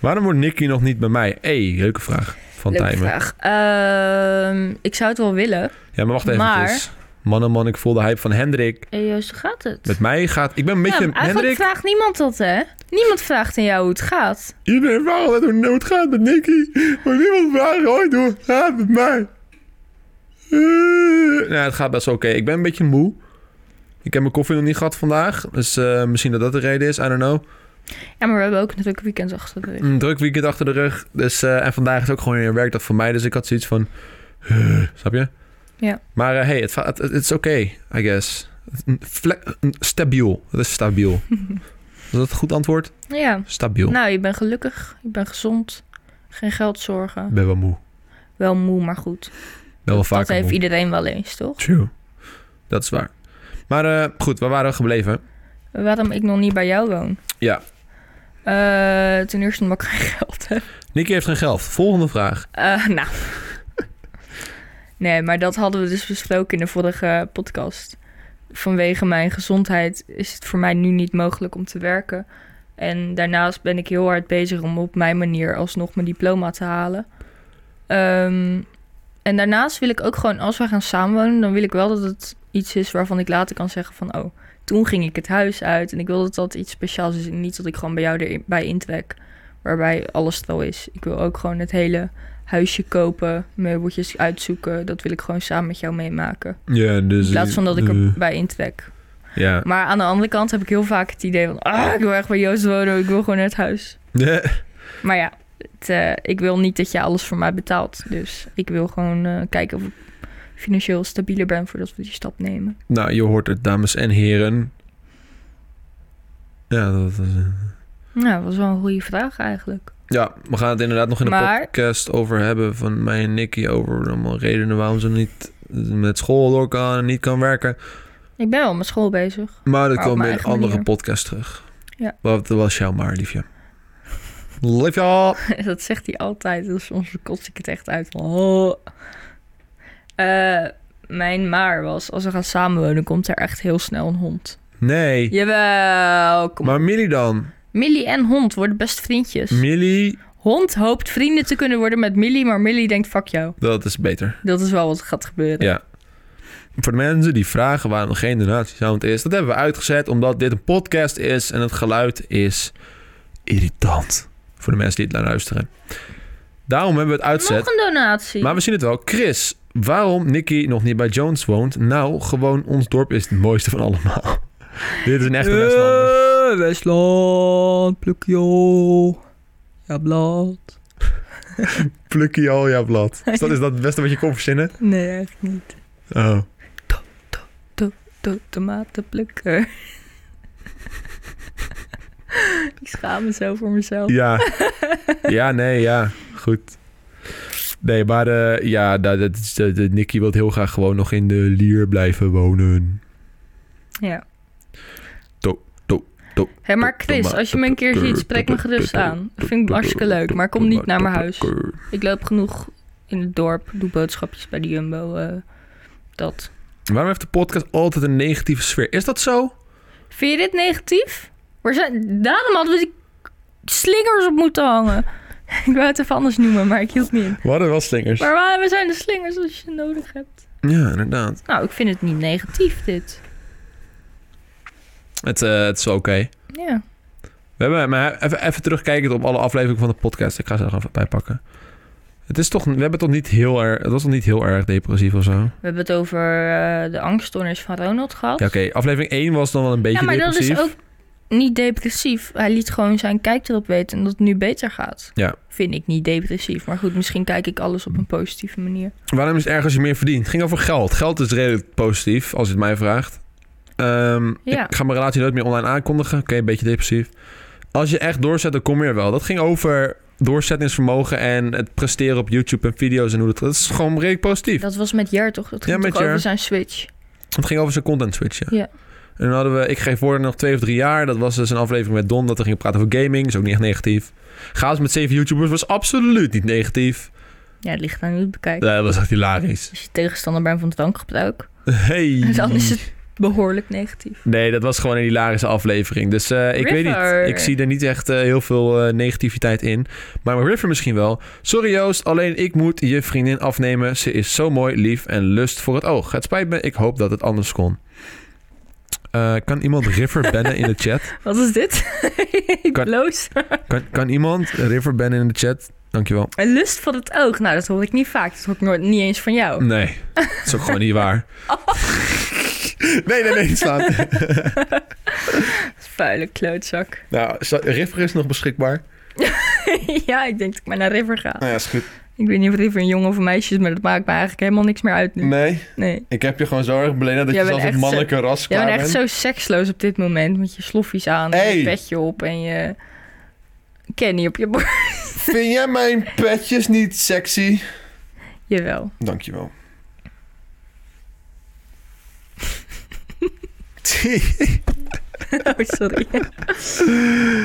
S1: Waarom wordt Nicky nog niet bij mij? Hé, hey, leuke vraag van
S2: Leuke
S1: Tijmen.
S2: vraag. Ehm, ik zou het wel willen.
S1: Ja, maar wacht even.
S2: Maar-
S1: Man, oh man, ik voel de hype van Hendrik.
S2: Hey, Joost, hoe gaat het?
S1: Met mij gaat... Ik ben een
S2: Ja,
S1: beetje...
S2: maar eigenlijk
S1: Hendrik,
S2: vraagt niemand dat, hè? Niemand vraagt aan jou hoe het gaat.
S1: iedereen vraagt altijd hoe het gaat met Nicky. Maar niemand vraagt ooit hoe het gaat met mij. Eh, Nou, het gaat best wel oké. Ik ben een beetje moe. Ik heb mijn koffie nog niet gehad vandaag. Dus eh, misschien dat dat de reden is. I don't know.
S2: Ja, maar we hebben ook natuurlijk weekends achter de rug.
S1: Een druk weekend achter de rug. Dus, eh, en vandaag is ook gewoon weer een werkdag voor mij. Dus ik had zoiets van... huh, snap je?
S2: Ja.
S1: Maar eh, hey, het, va- het, het is oké, I guess. Een fle- een Stabiel. Dat is stabiel. Is dat een goed antwoord?
S2: Ja.
S1: Stabiel.
S2: Nou, je bent gelukkig. Je bent gezond. Geen
S1: Ik
S2: geldzorgen.
S1: ben wel moe.
S2: Wel moe, maar goed.
S1: Ben wel
S2: Dat
S1: vaker
S2: heeft
S1: moe.
S2: iedereen wel eens, toch?
S1: True. Dat is waar. Maar eh, goed, waar waren we gebleven?
S2: Waarom ik nog niet bij jou woon?
S1: Ja.
S2: Eh, ten eerste omdat ik geen geld heb.
S1: Nicky heeft geen geld. Volgende vraag.
S2: Eh, nou. nee, maar dat hadden we dus besproken in de vorige podcast. Vanwege mijn gezondheid is het voor mij nu niet mogelijk om te werken. En daarnaast ben ik heel hard bezig om op mijn manier alsnog mijn diploma te halen. Ehm, en daarnaast wil ik ook gewoon, als we gaan samenwonen, dan wil ik wel dat het iets is waarvan ik later kan zeggen van... Oh, toen ging ik het huis uit en ik wil dat dat iets speciaals is. En niet dat ik gewoon bij jou erbij intrek, waarbij alles er al is. Ik wil ook gewoon het hele huisje kopen, meubeltjes uitzoeken. Dat wil ik gewoon samen met jou meemaken.
S1: Ja, dus...
S2: In plaats van dat ik
S1: eh,
S2: erbij intrek.
S1: Ja.
S2: Maar aan de andere kant heb ik heel vaak het idee van... Ah, ik wil echt bij Joost wonen, ik wil gewoon het huis. Maar ja, het, eh, ik wil niet dat je alles voor mij betaalt. Dus ik wil gewoon eh, kijken of ik financieel stabieler ben voordat we die stap nemen.
S1: nou, je hoort het, dames en heren. Ja, dat is... eh,
S2: Nou, dat was wel een goede vraag eigenlijk.
S1: Ja, we gaan het inderdaad nog in de
S2: Maar-
S1: podcast over hebben van mij en Nicky. Over allemaal redenen waarom ze niet met school door kan en niet kan werken.
S2: Ik ben wel met school bezig.
S1: Maar dat
S2: op
S1: komt bij
S2: mijn
S1: een
S2: eigen
S1: andere
S2: manier.
S1: podcast terug.
S2: Ja.
S1: Wat was jou maar, liefje. Liefje!
S2: dat zegt hij altijd. Dus soms kots ik het echt uit. Van, oh. Eh, mijn maar was, als we gaan samenwonen, komt er echt heel snel een hond.
S1: Nee.
S2: Jawel, kom op.
S1: maar Millie dan?
S2: Millie en hond worden best vriendjes.
S1: Millie,
S2: Hond hoopt vrienden te kunnen worden met Millie, maar Millie denkt fuck jou.
S1: dat is beter.
S2: Dat is wel wat gaat gebeuren.
S1: Ja. Voor de mensen die vragen waarom er geen donatiesound is, dat hebben we uitgezet omdat dit een podcast is en het geluid is irritant. Voor de mensen die het naar luisteren. Daarom hebben we het uitzet.
S2: Nog een donatie.
S1: Maar we zien het wel. Chris, waarom Nicky nog niet bij Jones woont? Nou, gewoon ons dorp is het mooiste van allemaal. Dit is een echte Westlander.
S2: Eh, Westland, plukjo. Ja, blad.
S1: Plukkie al jouw blad. Dus dat is dat het beste wat je kon verzinnen.
S2: Nee, echt niet.
S1: Oh.
S2: To tomatenplukker. ik schaam me zo voor mezelf.
S1: Ja. Ja, nee, ja. Goed. Nee, maar eh, ja, dat, dat, is- dat- dat- Nicky wil heel graag gewoon nog in de lier blijven wonen.
S2: Ja.
S1: To- to- to-
S2: Hé, maar Chris, als je me een keer ziet, spreek me gerust aan. Dat vind ik hartstikke leuk, maar kom niet naar mijn huis. Ik loop genoeg in het dorp, doe boodschapjes bij de Jumbo. eh, dat.
S1: Waarom heeft de podcast altijd een negatieve sfeer? Is dat zo?
S2: Vind je dit negatief? Waar zijn... Daarom hadden we die slingers op moeten hangen. ik wou het even anders noemen, maar ik hield niet in.
S1: We hadden wel slingers.
S2: Maar waar waar zijn de slingers als je ze nodig hebt?
S1: Ja, inderdaad.
S2: Nou, ik vind het niet negatief, dit.
S1: Het, eh, het is wel oké.
S2: Ja.
S1: We hebben, maar even, even terugkijkend op alle afleveringen van de podcast. Ik ga ze er even bij pakken. Het is toch, we hebben toch niet heel erg, het was toch niet heel erg depressief of zo? Ja,
S2: We hebben het over eh, de angststoornis van Ronald gehad.
S1: oké. Aflevering 1 was dan wel een beetje
S2: ja, maar
S1: depressief.
S2: dat is ook niet depressief. Hij liet gewoon zijn kijk erop weten en dat het nu beter gaat.
S1: Ja.
S2: Vind ik niet depressief. Maar goed, misschien kijk ik alles op een positieve manier.
S1: Waarom is het erg als je meer verdient? Het ging over geld. Geld is redelijk positief, als je het mij vraagt. Ehm,
S2: Ja.
S1: Ik ga mijn relatie nooit meer online aankondigen. Oké, een beetje depressief. Als je echt doorzet, dan kom je er wel. Dat ging over doorzettingsvermogen en het presteren op YouTube en video's en hoe dat... Dat is gewoon redelijk positief.
S2: Dat was met Jer toch? Dat ging
S1: Ja, met
S2: toch over
S1: Jer.
S2: zijn switch.
S1: Het ging over zijn content switch, ja.
S2: Ja.
S1: En dan hadden we, ik geef woorden nog twee of drie jaar. Dat was dus een aflevering met Don, dat we gingen praten over gaming. Is ook niet echt negatief. Chaos met zeven YouTubers was absoluut niet negatief.
S2: Ja, het ligt aan hoe je het bekijkt.
S1: Dat was echt hilarisch.
S2: Als je tegenstander bent van drankgebruik,
S1: Hey.
S2: dan is het behoorlijk negatief.
S1: Nee, dat was gewoon een hilarische aflevering. Dus eh, ik weet
S2: River.
S1: niet. Ik zie er niet echt eh, heel veel eh, negativiteit in. Maar mijn River misschien wel. Sorry Joost, alleen ik moet je vriendin afnemen. Ze is zo mooi, lief en lust voor het oog. Het spijt me, ik hoop dat het anders kon. Eh, kan iemand River bannen in de chat?
S2: Wat is dit? ik
S1: Kan-
S2: bloos.
S1: Kan, kan iemand River bannen in de chat? Dankjewel.
S2: Een lust voor het oog. Nou, dat hoor ik niet vaak. Dat hoor ik nooit, niet eens van jou.
S1: Nee, dat is ook gewoon niet waar. Nee, nee, nee, niet slaan.
S2: Vuile klootzak.
S1: Nou, is dat- River is nog beschikbaar.
S2: ja, ik denk dat ik maar naar River ga.
S1: Nou ja, is goed.
S2: Ik weet niet of River een jongen of een meisje is, maar dat maakt me eigenlijk helemaal niks meer uit nu.
S1: Nee,
S2: Nee.
S1: ik heb je gewoon zo erg beleden dat
S2: Jij
S1: je
S2: bent
S1: zelfs het
S2: echt
S1: mannelijke ras
S2: Jij
S1: klaar
S2: bent
S1: bent.
S2: echt zo seksloos op dit moment. Met je sloffies aan, en
S1: Hey.
S2: je petje op en je Kenny op je borst.
S1: Vind jij mijn petjes niet sexy?
S2: Jawel.
S1: Dankjewel.
S2: Oh, sorry.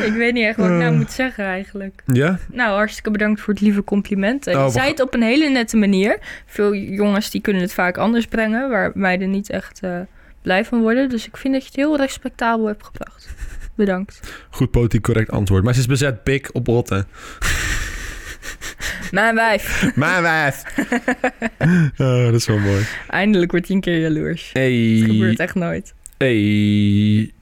S2: ik weet niet echt wat ik
S1: Eh.
S2: nou moet zeggen eigenlijk.
S1: ja?
S2: Nou, hartstikke bedankt voor het lieve compliment. Eh,
S1: Oh,
S2: Je
S1: we
S2: zei
S1: gaan-
S2: het op een hele nette manier. Veel jongens die kunnen het vaak anders brengen, waar meiden niet echt eh, blij van worden. Dus ik vind dat je het heel respectabel hebt gebracht. Bedankt.
S1: Goed politiek correct antwoord. Maar ze is bezet pik op rotten.
S2: Mijn wijf.
S1: Mijn wijf. oh, dat is wel mooi.
S2: Eindelijk wordt hij een keer jaloers. Het
S1: Hey.
S2: gebeurt echt nooit.
S1: Hey.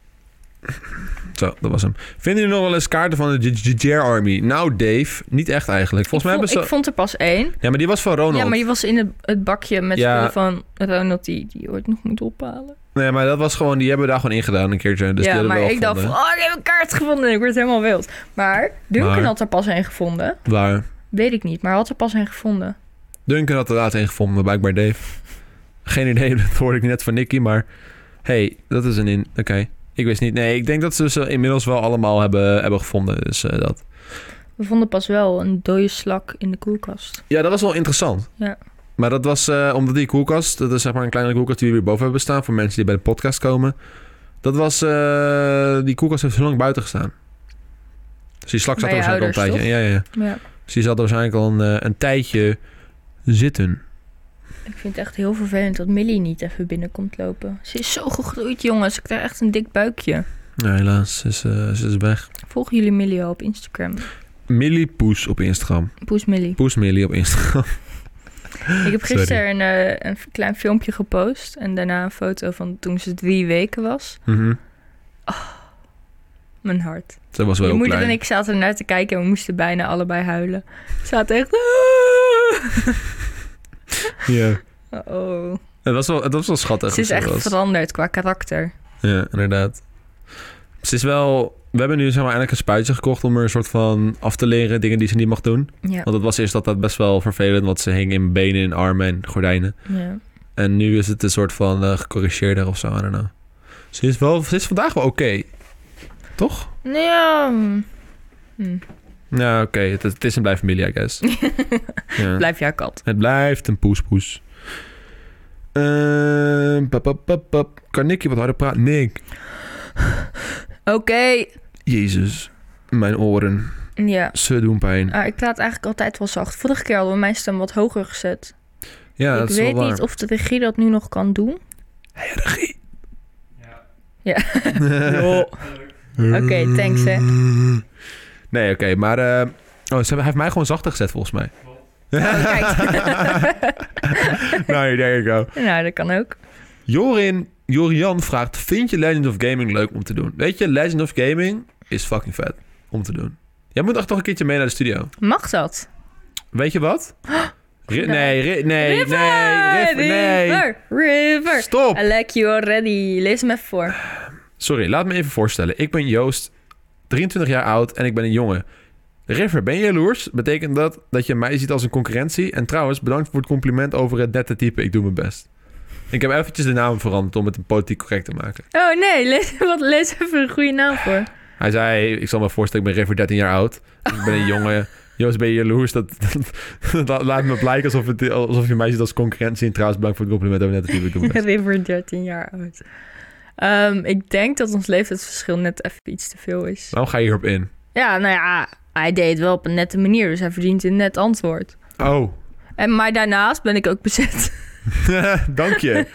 S1: Zo, dat was hem. Vinden jullie nog wel eens kaarten van de JR Army? Nou, Dave, niet echt eigenlijk. Volgens
S2: Ik,
S1: mij
S2: vond,
S1: hebben ze...
S2: ik vond er pas één.
S1: Ja, maar die was van Ronald.
S2: Ja, maar die was in het, het bakje met
S1: Ja.
S2: spullen van Ronald die, die ooit nog moet ophalen.
S1: Nee, maar dat was gewoon... Die hebben we daar gewoon ingedaan een keertje. Dus die
S2: ja,
S1: hadden we
S2: maar
S1: wel
S2: ik dacht van,
S1: gevonden.
S2: oh, ik heb een kaart gevonden. Ik word helemaal wild. Maar Duncan
S1: Maar-
S2: had er pas één gevonden.
S1: Waar?
S2: Weet ik niet, maar had er pas één gevonden.
S1: Duncan had er laatst een gevonden, blijkbaar Dave. Geen idee, dat hoorde ik net van Nicky, maar... hey, dat is een in... Oké, ik wist niet. Nee, ik denk dat ze ze inmiddels wel allemaal hebben, hebben gevonden, dus eh, dat...
S2: We vonden pas wel een dode slak in de koelkast.
S1: Ja, dat was wel interessant.
S2: Ja.
S1: Maar dat was eh, omdat die koelkast, dat is zeg maar een kleinere koelkast die we weer boven hebben staan voor mensen die bij de podcast komen. Dat was, eh, die koelkast heeft zo lang buiten gestaan. Dus die slak zat
S2: Bij
S1: er
S2: je
S1: waarschijnlijk al een tijdje.
S2: ouders,
S1: Ja, ja. ja.
S2: Ja,
S1: Dus die zat er waarschijnlijk al een, eh, een tijdje zitten.
S2: ik vind het echt heel vervelend dat Millie niet even binnenkomt lopen. Ze is zo gegroeid, jongens. Ik krijg echt een dik buikje.
S1: Ja, Nou, helaas, ze is, eh, ze is weg.
S2: Volgen jullie Millie al op Instagram?
S1: Millie Poes op Instagram.
S2: Poes Millie.
S1: Poes Millie op Instagram.
S2: Ik heb
S1: Sorry.
S2: gisteren een, eh, een klein filmpje gepost en daarna een foto van toen ze drie weken was.
S1: Mhm.
S2: Mijn hart.
S1: Dat was wel
S2: Mijn
S1: heel
S2: moeder
S1: klein.
S2: en ik zaten ernaar te kijken en we moesten bijna allebei huilen. We zaten echt... "Ah."
S1: Ja.
S2: Oh.
S1: Het was wel, het was wel schattig.
S2: Ze is
S1: hoe
S2: echt
S1: was.
S2: veranderd qua karakter.
S1: Ja, inderdaad. Ze is wel... We hebben nu zeg maar, eindelijk een spuitje gekocht om er een soort van af te leren dingen die ze niet mag doen.
S2: Ja,
S1: Want het was eerst dat dat best wel vervelend, want ze hing in benen, in armen en gordijnen.
S2: ja.
S1: En nu is het een soort van eh, gecorrigeerder of zo, I don't know. Ze is, wel, ze is vandaag wel oké. Toch?
S2: Nou ja... mm. Hm.
S1: Ja, oké. Het, het is een blijf familie, I guess. ja.
S2: Blijf jouw kat.
S1: Het blijft een poespoes. Ehm, pap, pap, pap, pap. Kan Nicky wat harder praten? Nick.
S2: Oké.
S1: Jezus. Mijn oren.
S2: Ja.
S1: Ze doen pijn.
S2: Ah, ik praat eigenlijk altijd wel zacht. Vorige keer hadden we mijn stem wat hoger gezet.
S1: Ja,
S2: ik
S1: dat is wel
S2: weet
S1: waar.
S2: niet of de regie dat nu nog kan doen.
S1: Hey, regie.
S2: Jo. Oké, thanks, hè.
S1: Nee, oké, maar... eh, oh, ze hebben, hij heeft mij gewoon zachter gezet, volgens mij.
S2: Oh, kijk.
S1: nou, there you go.
S2: nou, dat kan ook.
S1: Jorin, Jorian vraagt... Vind je Legend of Gaming leuk om te doen? Weet je, Legend of Gaming is fucking vet om te doen. Jij moet echt toch een keertje mee naar de studio.
S2: Mag dat?
S1: Weet je wat? Ri- nee, ri- nee,
S2: River!
S1: nee, Riff- nee.
S2: River! River!
S1: Stop!
S2: I like you already. Lees me voor.
S1: Sorry, laat me even voorstellen. Ik ben Joost, 23 jaar oud en ik ben een jongen. River, ben je jaloers? Betekent dat dat je mij ziet als een concurrentie? En trouwens, bedankt voor het compliment over het nette type. Ik doe mijn best. Ik heb eventjes de naam veranderd om het een politiek correct te maken.
S2: Oh nee, lees, wat, lees even een goede naam voor.
S1: Hij zei, ik zal me voorstellen, ik ben River, 13 jaar oud. Ik ben een jongen. Joost, ben je jaloers? Dat, dat, dat laat me blijken alsof, het, alsof je mij ziet als concurrentie. En trouwens, bedankt voor het compliment over het nette type. Ik doe mijn best.
S2: River, 13 jaar oud. Ehm, ik denk dat ons leeftijdsverschil net even iets te veel is.
S1: Waarom ga je hierop in?
S2: Ja, nou ja, hij deed het wel op een nette manier, dus hij verdient een net antwoord.
S1: Oh,
S2: En, maar daarnaast ben ik ook bezet.
S1: dank je.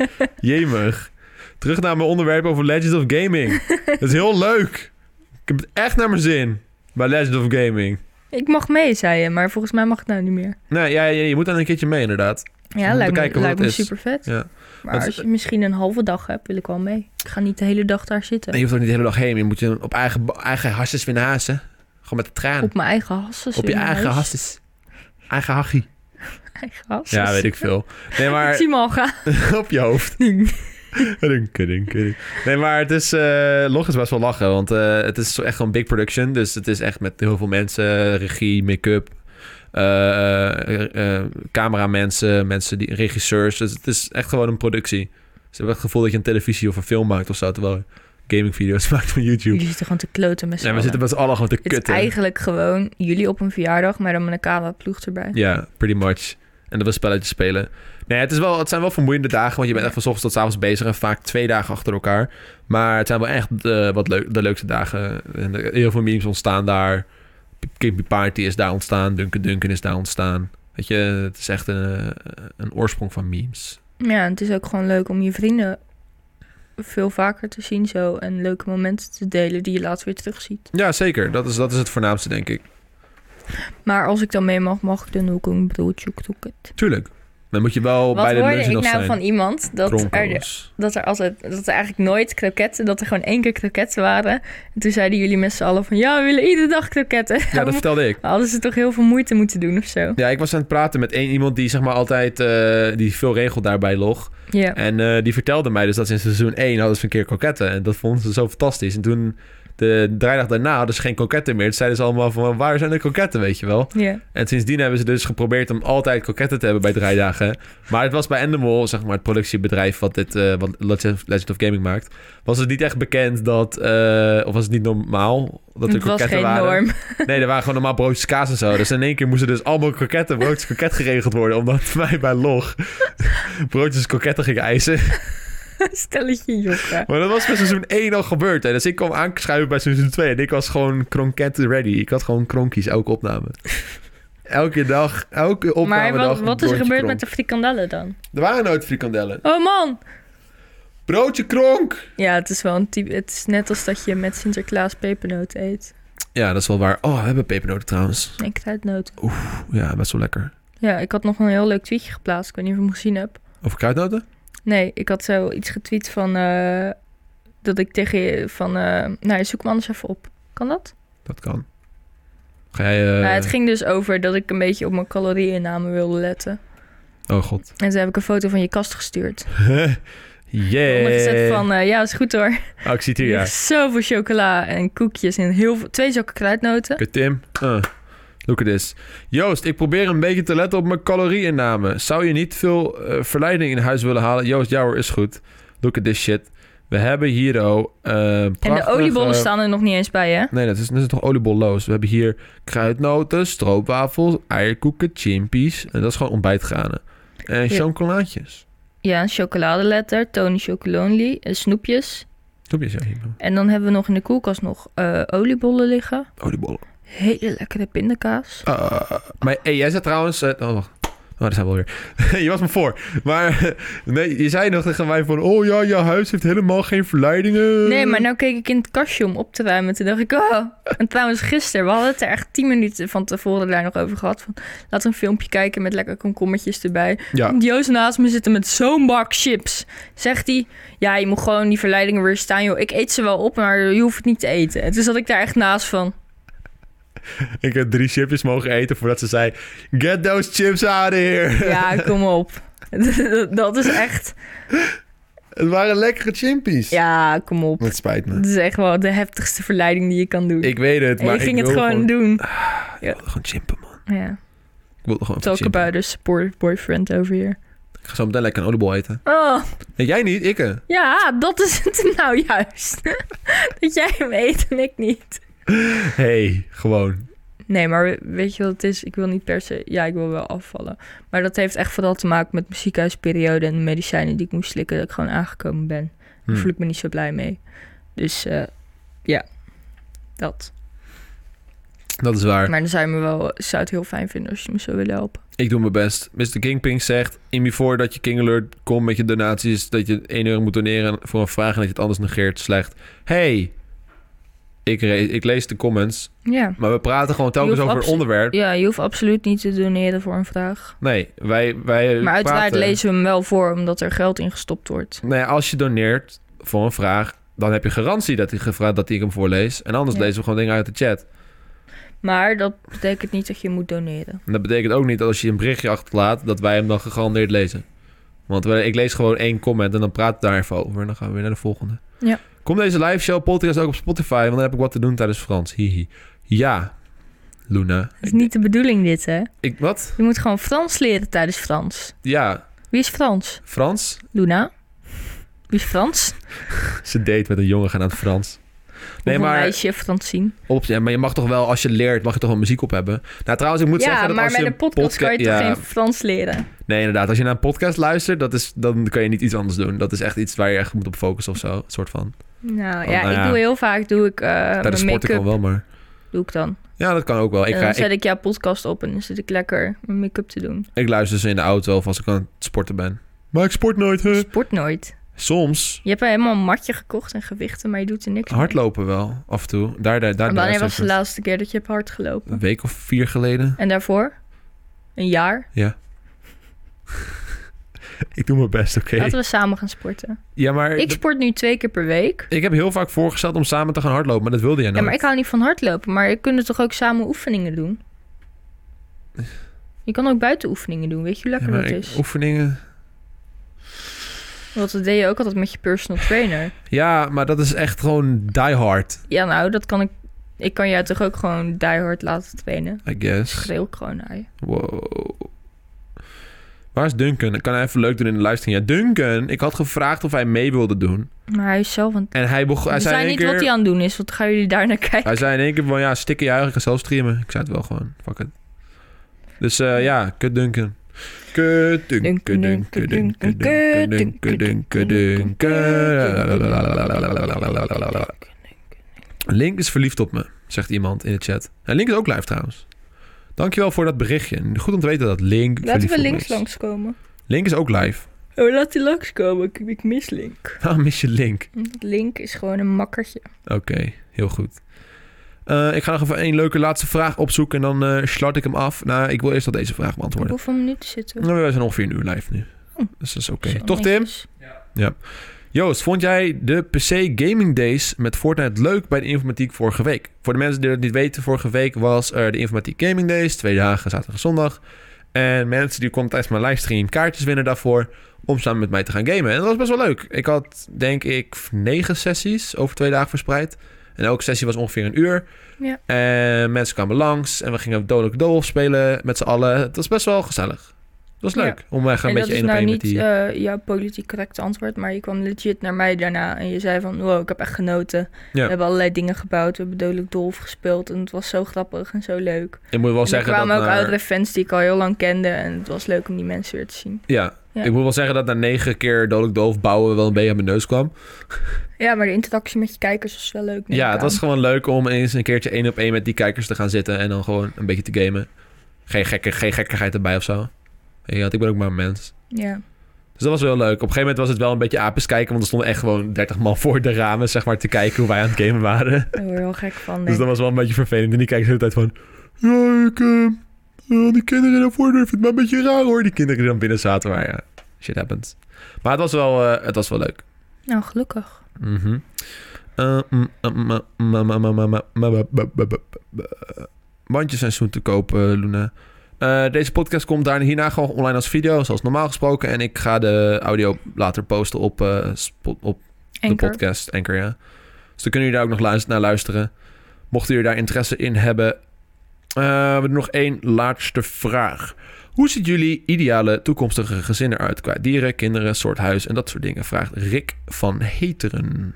S1: Jemig. Terug naar mijn onderwerp over Legends of Gaming. Dat is heel leuk. Ik heb het echt naar mijn zin bij Legends of Gaming.
S2: ik mag mee, zei je, maar volgens mij mag het nou niet meer.
S1: Nou ja, je, je moet dan een keertje mee inderdaad.
S2: Ja,
S1: Om te
S2: lijkt me,
S1: kijken wat het
S2: lijkt me
S1: is.
S2: super vet.
S1: Ja.
S2: Maar
S1: Want-
S2: als je misschien een halve dag hebt, wil ik wel mee. Ik ga niet de hele dag daar zitten.
S1: En je hoeft ook niet de hele dag heen. Je moet je op eigen, eigen hasses winnen hazen. Gewoon met de traan.
S2: Op
S1: Op,
S2: mijn eigen hasses.
S1: je
S2: in mijn
S1: eigen
S2: huis.
S1: hasses. Eigen hachie.
S2: Eigen hasses.
S1: Ja, weet ik veel. Nee,
S2: Ik
S1: maar
S2: zie hem al gaan.
S1: op je hoofd. Kidding, kidding, kidding. Nee, maar het is... eh Log is best wel lachen, want eh, het is zo echt gewoon big production. Dus het is echt met heel veel mensen, regie, make-up, eh, eh, eh, cameramensen, mensen die, regisseurs. Dus het is echt gewoon een productie. Ze hebben echt het gevoel dat je een televisie of een film maakt of zo, terwijl je gamingvideo's maakt van YouTube.
S2: Jullie zitten gewoon te kloten met z'n
S1: Nee, we
S2: allen.
S1: zitten met z'n allen gewoon te
S2: Het is
S1: kutten.
S2: eigenlijk gewoon jullie op een verjaardag, maar dan met een cameraploeg erbij.
S1: Ja, pretty much. En dat we spelletjes spelen. Nee, het, is wel, het zijn wel vermoeiende dagen, want je bent echt van 's ochtends tot 's avonds bezig en vaak twee dagen achter elkaar. Maar het zijn wel echt eh, wat leuk, de leukste dagen. En er- heel veel memes ontstaan daar. Kimpy Party is daar ontstaan. Duncan Duncan is daar ontstaan. Weet je, het is echt een, eh, een oorsprong van memes.
S2: Ja, en het is ook gewoon leuk om je vrienden veel vaker te zien zo. En leuke momenten te delen die je later weer terugziet.
S1: Ja, zeker. Dat is, dat is het voornaamste, denk ik.
S2: Maar als ik dan mee mag, mag ik dan ook een broodje kroket.
S1: Tuurlijk. Dan moet je wel
S2: Wat
S1: Oh, bij de
S2: hoorde
S1: lunch
S2: ik
S1: nog
S2: nou
S1: zijn.
S2: van iemand? Dat er,
S1: Kronkels.
S2: dat er altijd, dat er eigenlijk nooit kroketten, dat er gewoon één keer kroketten waren. En toen zeiden jullie met z'n allen van, ja, we willen iedere dag kroketten.
S1: Ja, dat vertelde ik.
S2: Hadden ze toch heel veel moeite moeten doen of zo?
S1: Ja, ik was aan het praten met één iemand die zeg maar altijd eh, die veel regelt daarbij log.
S2: Ja.
S1: En eh, die vertelde mij dus dat ze in seizoen 1 hadden ze een keer kroketten. En dat vonden ze zo fantastisch. En toen de draaidag daarna hadden ze geen kroketten meer. Toen zeiden ze allemaal van waar zijn de kroketten, weet je wel.
S2: Ja.
S1: En sindsdien hebben ze dus geprobeerd om altijd kroketten te hebben bij draaidagen. Maar het was bij Endemol, zeg maar het productiebedrijf wat, dit, eh, wat Legend of- Legend of Gaming maakt... was het niet echt bekend dat... eh, of was het niet normaal dat er
S2: het was
S1: kroketten
S2: geen
S1: waren?
S2: norm.
S1: Nee, er waren gewoon normaal broodjes kaas en zo. Dus in één keer moesten dus allemaal kroketten, broodjes kroket geregeld worden. Omdat wij bij Log broodjes kroketten gingen eisen.
S2: Stelletje jokken.
S1: Maar dat was bij seizoen 1 al gebeurd. Hè. Dus ik kwam aanschuiven bij seizoen 2. En ik was gewoon kronketten ready. Ik had gewoon kronkies, elke opname. Elke dag, elke opname
S2: Maar wat,
S1: dag
S2: wat is er gebeurd met
S1: de...
S2: de frikandellen dan?
S1: Er waren nooit frikandellen.
S2: Oh man!
S1: Broodje kronk!
S2: Ja, het is wel een type. Het is net als dat je met Sinterklaas pepernoten eet.
S1: Ja, dat is wel waar. Oh, we hebben pepernoten trouwens.
S2: En kruidnoten.
S1: Ja, best wel lekker.
S2: Ja, ik had nog een heel leuk tweetje geplaatst. Ik weet niet of je hem gezien hebt.
S1: Over kruidnoten?
S2: Nee, ik had zo iets getweet van. eh, dat ik tegen je van. eh, nou, zoek hem anders even op. Kan dat?
S1: Dat kan. Ga jij... eh,
S2: Nou, het ging dus over dat ik een beetje op mijn calorieënname wilde letten.
S1: Oh god.
S2: En toen heb ik een foto van je kast gestuurd. Ondergezet
S1: Yeah.
S2: van, eh, ja, is goed hoor.
S1: Oh, ik zie het hier,
S2: Ja.
S1: ja.
S2: Zoveel chocola en koekjes en heel veel, twee zakken kruidnoten.
S1: Oké, Tim. Uh, look at this. Joost, ik probeer een beetje te letten op mijn calorieinname. Zou je niet veel eh, verleiding in huis willen halen? Joost, ja hoor, is goed. Look at this shit. We hebben hier oh, eh
S2: En de
S1: prachtige-
S2: oliebollen staan er nog niet eens bij, hè?
S1: Nee, dat is, dat is toch oliebolloos. We hebben hier kruidnoten, stroopwafels, eierkoeken, chimpies. En dat is gewoon ontbijtgranen. En
S2: Ja.
S1: chocolaatjes.
S2: Ja, een chocoladeletter, Tony Chocolonely, eh, snoepjes.
S1: Doe je zo hier.
S2: En dan hebben we nog in de koelkast nog eh, oliebollen liggen.
S1: Oliebollen.
S2: Hele lekkere pindakaas.
S1: Eh, maar hey, jij zei trouwens... eh, oh, wacht. Oh, daar zijn we alweer. je was me voor. Maar nee, je zei nog tegen mij van... Oh ja, jouw huis heeft helemaal geen verleidingen.
S2: Nee, maar nou keek ik in het kastje om op te ruimen. Toen dacht ik, oh. En trouwens, gisteren, we hadden het er echt tien minuten van tevoren daar nog over gehad. Van, laten we een filmpje kijken met lekker komkommetjes erbij.
S1: Ja,
S2: Komt Joost naast me zitten met zo'n bak chips. Zegt hij, ja, je moet gewoon die verleidingen weer staan, joh. Ik eet ze wel op, maar je hoeft het niet te eten. En toen zat ik daar echt naast van,
S1: ik heb drie chipjes mogen eten voordat ze zei... Get those chips out of here.
S2: ja, kom op. dat is echt,
S1: Het waren lekkere chimpies.
S2: ja, kom op.
S1: Het spijt me.
S2: Dat is echt wel de heftigste verleiding die je kan doen.
S1: Ik weet het,
S2: en
S1: maar
S2: je ging
S1: ik
S2: het
S1: wil
S2: gewoon, doen.
S1: Ik wilde gewoon chimpen, man.
S2: Ja.
S1: Ik wilde gewoon even
S2: Talk
S1: chimpen.
S2: about a support boyfriend over hier.
S1: Ik ga zo meteen lekker een oliebol eten.
S2: Oh,
S1: Nee, jij niet, ik. eh. hè.
S2: ja, dat is het nou juist. dat jij hem eet en ik niet.
S1: hey, gewoon.
S2: Nee, maar we- weet je wat het is? Ik wil niet per se... Ja, ik wil wel afvallen. Maar dat heeft echt vooral te maken met mijn ziekenhuisperiode... en de medicijnen die ik moest slikken... dat ik gewoon aangekomen ben. Daar
S1: Hm.
S2: voel ik me niet zo blij mee. Dus eh, ja, dat.
S1: Dat is waar.
S2: Maar dan zou je me wel... Zou het heel fijn vinden als je me zou willen helpen.
S1: Ik doe mijn best. Mr. Kingping zegt... in me voor dat je King Alert komt met je donaties... dat je 1 euro moet doneren voor een vraag... en dat je het anders negeert. Slecht. Hey, ik, re- ik lees de comments...
S2: Ja.
S1: maar we praten gewoon telkens
S2: Je hoeft
S1: over het onderwerp.
S2: Ja, je hoeft absoluut niet te doneren voor een vraag.
S1: Nee, wij, wij
S2: Maar uiteraard
S1: Eh, praten.
S2: lezen we hem wel voor... omdat er geld in gestopt wordt.
S1: Nee, als je doneert voor een vraag... dan heb je garantie dat, die gevra- dat ik hem voorlees. En anders
S2: Ja.
S1: lezen we gewoon dingen uit de chat.
S2: Maar dat betekent niet dat je moet doneren.
S1: En dat betekent ook niet dat als je een berichtje achterlaat... dat wij hem dan gegarandeerd lezen. Want we- ik lees gewoon één comment en dan praat ik daar even over. En dan gaan we weer naar de volgende.
S2: Ja.
S1: Kom deze live show podcast ook op Spotify, want dan heb ik wat te doen tijdens Frans. Hihi. Ja, Luna.
S2: Het is niet de bedoeling dit, hè?
S1: Ik, wat?
S2: Je moet gewoon Frans leren tijdens Frans.
S1: Ja,
S2: Wie is Frans?
S1: Frans.
S2: Luna? Wie is Frans?
S1: Ze date met een jongen gaan aan het Frans.
S2: Nee,
S1: Nee,
S2: of een
S1: maar,
S2: meisje Fransien.
S1: op, ja, maar je mag toch wel, als je leert, mag je toch wel muziek op hebben. Nou, trouwens, ik moet
S2: Ja,
S1: zeggen dat
S2: maar
S1: als
S2: met
S1: je
S2: een podcast
S1: podca-
S2: kan je toch
S1: ja,
S2: geen Frans leren?
S1: Nee, inderdaad. Als je naar een podcast luistert, dat is, dan kan je niet iets anders doen. Dat is echt iets waar je echt moet op focussen of zo. Een soort van.
S2: Nou
S1: Oh,
S2: ja,
S1: nou
S2: ik
S1: ja.
S2: doe heel vaak, doe ik eh,
S1: Tijdens
S2: mijn
S1: sporten
S2: make-up,
S1: kan wel, maar...
S2: doe ik dan.
S1: Ja, dat kan ook wel. Ik,
S2: en
S1: ga,
S2: dan
S1: ik,
S2: zet ik jouw podcast op en dan zit ik lekker mijn make-up te doen.
S1: ik luister ze in de auto of als ik aan het sporten ben. Maar ik sport nooit, hè?
S2: Sport nooit.
S1: Soms.
S2: Je hebt helemaal een matje gekocht en gewichten, maar je doet er niks mee.
S1: Hardlopen wel, af en toe. Daar, daar, daar. daar
S2: En Wanneer
S1: is
S2: was de
S1: dat-
S2: laatste keer dat je hebt hard gelopen?
S1: Een week of vier geleden.
S2: En daarvoor? Een jaar?
S1: Ja. ik doe mijn best, oké.
S2: Laten we samen gaan sporten.
S1: Ja, maar...
S2: Ik
S1: dat-
S2: sport nu twee keer per week.
S1: ik heb heel vaak voorgesteld om samen te gaan hardlopen, maar dat wilde jij
S2: Ja,
S1: nooit.
S2: maar ik hou niet van hardlopen, maar je kunt toch ook samen oefeningen doen? Je kan ook buiten oefeningen doen, weet je hoe
S1: Ja,
S2: lekker
S1: maar
S2: dat dus.
S1: ik-
S2: is?
S1: Oefeningen...
S2: Want dat deed je ook altijd met je personal trainer.
S1: Ja, maar dat is echt gewoon die hard,
S2: Ja, nou, dat kan ik. Ik kan jou toch ook gewoon diehard laten trainen.
S1: I guess.
S2: Schreeuw ik gewoon naar je.
S1: Wow. Waar is Duncan? Ik kan hij even leuk doen in de luistering. Ja, Duncan, ik had gevraagd of hij mee wilde doen.
S2: Maar hij is zelf aan
S1: En hij, begon, hij
S2: het. We
S1: zei in één
S2: zijn niet
S1: keer...
S2: wat hij aan het doen is, want dan gaan jullie daar naar kijken.
S1: Hij zei in één keer van, ja, stikken juichen, ik kan zelf streamen. Ik zei het wel gewoon, fuck it. Dus eh, ja, kut Duncan. Kut Duncan, Duncan, Duncan, Duncan, Duncan, Duncan, Duncan. Link is verliefd op me, zegt iemand in de chat. En Link is ook live trouwens. Dankjewel voor dat berichtje. Goed om te weten dat Link verliefd
S2: Laten we
S1: op me
S2: links
S1: is.
S2: langskomen.
S1: Link is ook live.
S2: Oh, laat die langskomen. Ik, ik mis Link.
S1: Waarom mis je Link?
S2: Link is gewoon een makkertje.
S1: Oké, heel goed. Eh, ik ga nog even één leuke laatste vraag opzoeken en dan eh sluit ik hem af. Nou, ik wil eerst wel deze vraag
S2: Op
S1: beantwoorden.
S2: hoeveel minuten zitten we?
S1: Nou, we zijn ongeveer een uur live nu.
S2: Oh.
S1: Dus dat is oké.
S2: Zo
S1: Toch Tim?
S2: netjes.
S1: Joost, vond jij de PC Gaming Days met Fortnite leuk bij de informatiek vorige week? Voor de mensen die dat niet weten, vorige week was er de informatiek Gaming Days. Twee dagen, zaterdag en zondag. En mensen die konden tijdens mijn livestream kaartjes winnen daarvoor... om samen met mij te gaan gamen. En dat was best wel leuk. Ik had, denk ik, negen sessies over twee dagen verspreid. En elke sessie was ongeveer een uur.
S2: Ja.
S1: En mensen kwamen langs en we gingen dodelijk doof spelen met z'n allen. Het was best wel gezellig. Het was leuk om echt een
S2: en dat
S1: beetje
S2: is
S1: één op
S2: nou
S1: één met
S2: niet
S1: die...
S2: eh, jouw politiek correcte antwoord, maar je kwam legit naar mij daarna en je zei van, wow, ik heb echt genoten. We hebben allerlei dingen gebouwd, we hebben dodelijk dolf gespeeld en het was zo grappig en zo leuk.
S1: Ik moet wel
S2: En er
S1: zeggen dat
S2: kwamen ook
S1: naar-
S2: oudere fans die ik al heel lang kende en het was leuk om die mensen weer te zien.
S1: Ja.
S2: Ja.
S1: ik moet wel zeggen dat na negen keer dodelijk doof bouwen wel een beetje aan mijn neus kwam.
S2: Ja, maar de interactie met je kijkers was wel leuk. neem
S1: ja,
S2: ik
S1: het
S2: aan.
S1: was gewoon leuk om eens een keertje één op één met die kijkers te gaan zitten en dan gewoon een beetje te gamen. Geen, gekke, geen gekkigheid erbij of zo. Ja, want ik ben ook maar een mens.
S2: Ja.
S1: Dus dat was wel leuk. Op een gegeven moment was het wel een beetje apes kijken, want er stonden echt gewoon 30 man voor de ramen, zeg maar, te kijken hoe wij aan het gamen waren.
S2: Daar word je wel gek van.
S1: Dus
S2: denk
S1: dat
S2: ik.
S1: was wel een beetje vervelend. En die kijken de hele tijd van... Ja, ik... eh, ja, die kinderen daarvoor durven het maar een beetje raar hoor. Die kinderen die dan binnen zaten. Maar ja, shit happens. Maar het was wel, eh, het was wel leuk.
S2: Nou, gelukkig.
S1: Mhm. Eh, mm, mm, mm, mm, mm, mm, mm, mm, mm, mm, mm, mm. Bandjes zijn zoen te koop, eh, Luna. Eh, deze podcast komt daarna hierna gewoon online als video, zoals normaal gesproken. En ik ga de audio later posten op, eh, Spo- op de
S2: Enker.
S1: podcast Anchor, ja. Dus dan kunnen jullie daar ook nog luis- naar luisteren. Mochten jullie daar interesse in hebben. Eh, we doen nog één laatste vraag. Hoe ziet jullie ideale toekomstige gezin eruit qua dieren, kinderen, soort huis en dat soort dingen? Vraagt Rick van Heteren.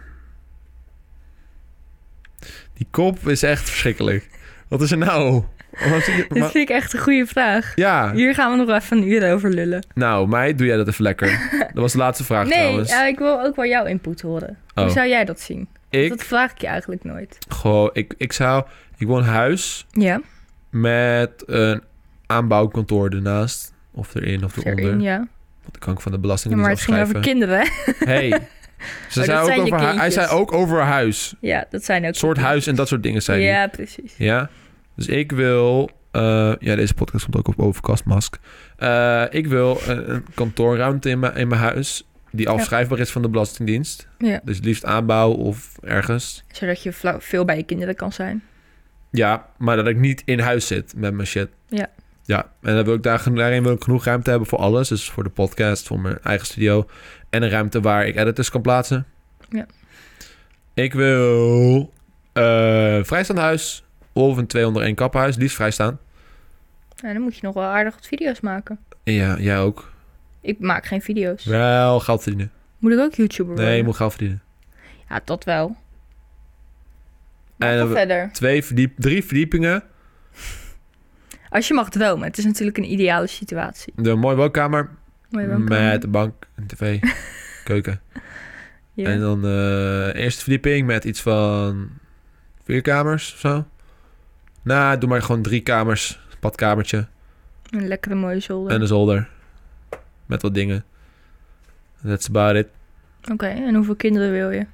S1: Die kop is echt verschrikkelijk. Wat is er nou? Wat zie je-
S2: Dit
S1: maar-
S2: vind ik echt een goede vraag.
S1: ja,
S2: Hier gaan we nog even een uur over lullen.
S1: nou meid, doe jij dat even lekker. Dat was de laatste vraag
S2: nee,
S1: trouwens.
S2: eh, ik wil ook wel jouw input horen. Hoe
S1: Oh.
S2: zou jij dat zien? eh, Dat
S1: ik,
S2: vraag ik je eigenlijk nooit.
S1: goh, ik, ik zou... Ik wil een huis
S2: Ja,
S1: Met een aanbouwkantoor ernaast. Of erin of eronder.
S2: erin, ja.
S1: Want dan kan ik van de
S2: Ja,
S1: belasting
S2: maar het
S1: niet
S2: ging over
S1: afschrijven.
S2: kinderen, hè?
S1: hey, ze
S2: dat
S1: zei ook
S2: zijn je
S1: over hu- hij
S2: kindjes.
S1: zei ook over huis.
S2: Ja, dat zijn ook...
S1: Het soort huis en dat soort dingen zei hij.
S2: Ja, precies.
S1: Ja? Dus ik wil... eh, ja, deze podcast komt ook op Overcast Mask. Eh, ik wil een, een kantoorruimte in mijn, in mijn huis... die afschrijfbaar is van de Belastingdienst.
S2: Ja.
S1: Dus het liefst aanbouw of ergens.
S2: Zodat je vla- veel bij je kinderen kan zijn.
S1: Ja, maar dat ik niet in huis zit met mijn shit.
S2: Ja.
S1: Ja, en dan wil ik daar, daarin wil ik genoeg ruimte hebben voor alles. Dus voor de podcast, voor mijn eigen studio. En een ruimte waar ik editors kan plaatsen.
S2: Ja.
S1: Ik wil eh vrijstaand huis of een 201 kappenhuis. Liefst vrijstaan.
S2: Ja, dan moet je nog wel aardig wat video's maken.
S1: Ja, jij ook.
S2: Ik maak geen video's.
S1: Wel geld verdienen.
S2: Moet ik ook YouTuber worden?
S1: Nee, je moet geld verdienen.
S2: Ja, dat wel.
S1: En
S2: Maar
S1: dan-
S2: toch verder.
S1: Twee verdiep, drie verdiepingen.
S2: Als je mag dromen. Het is natuurlijk een ideale situatie.
S1: De mooie woonkamer.
S2: Moet je wel
S1: Met
S2: komen.
S1: een bank, een tv, keuken.
S2: Ja.
S1: En dan eh eerste verdieping met iets van vier kamers of zo. Nou, doe maar gewoon drie kamers. Badkamertje
S2: Een lekkere mooie zolder.
S1: en een zolder. Met wat dingen. That's about it.
S2: Oké, en hoeveel kinderen wil je?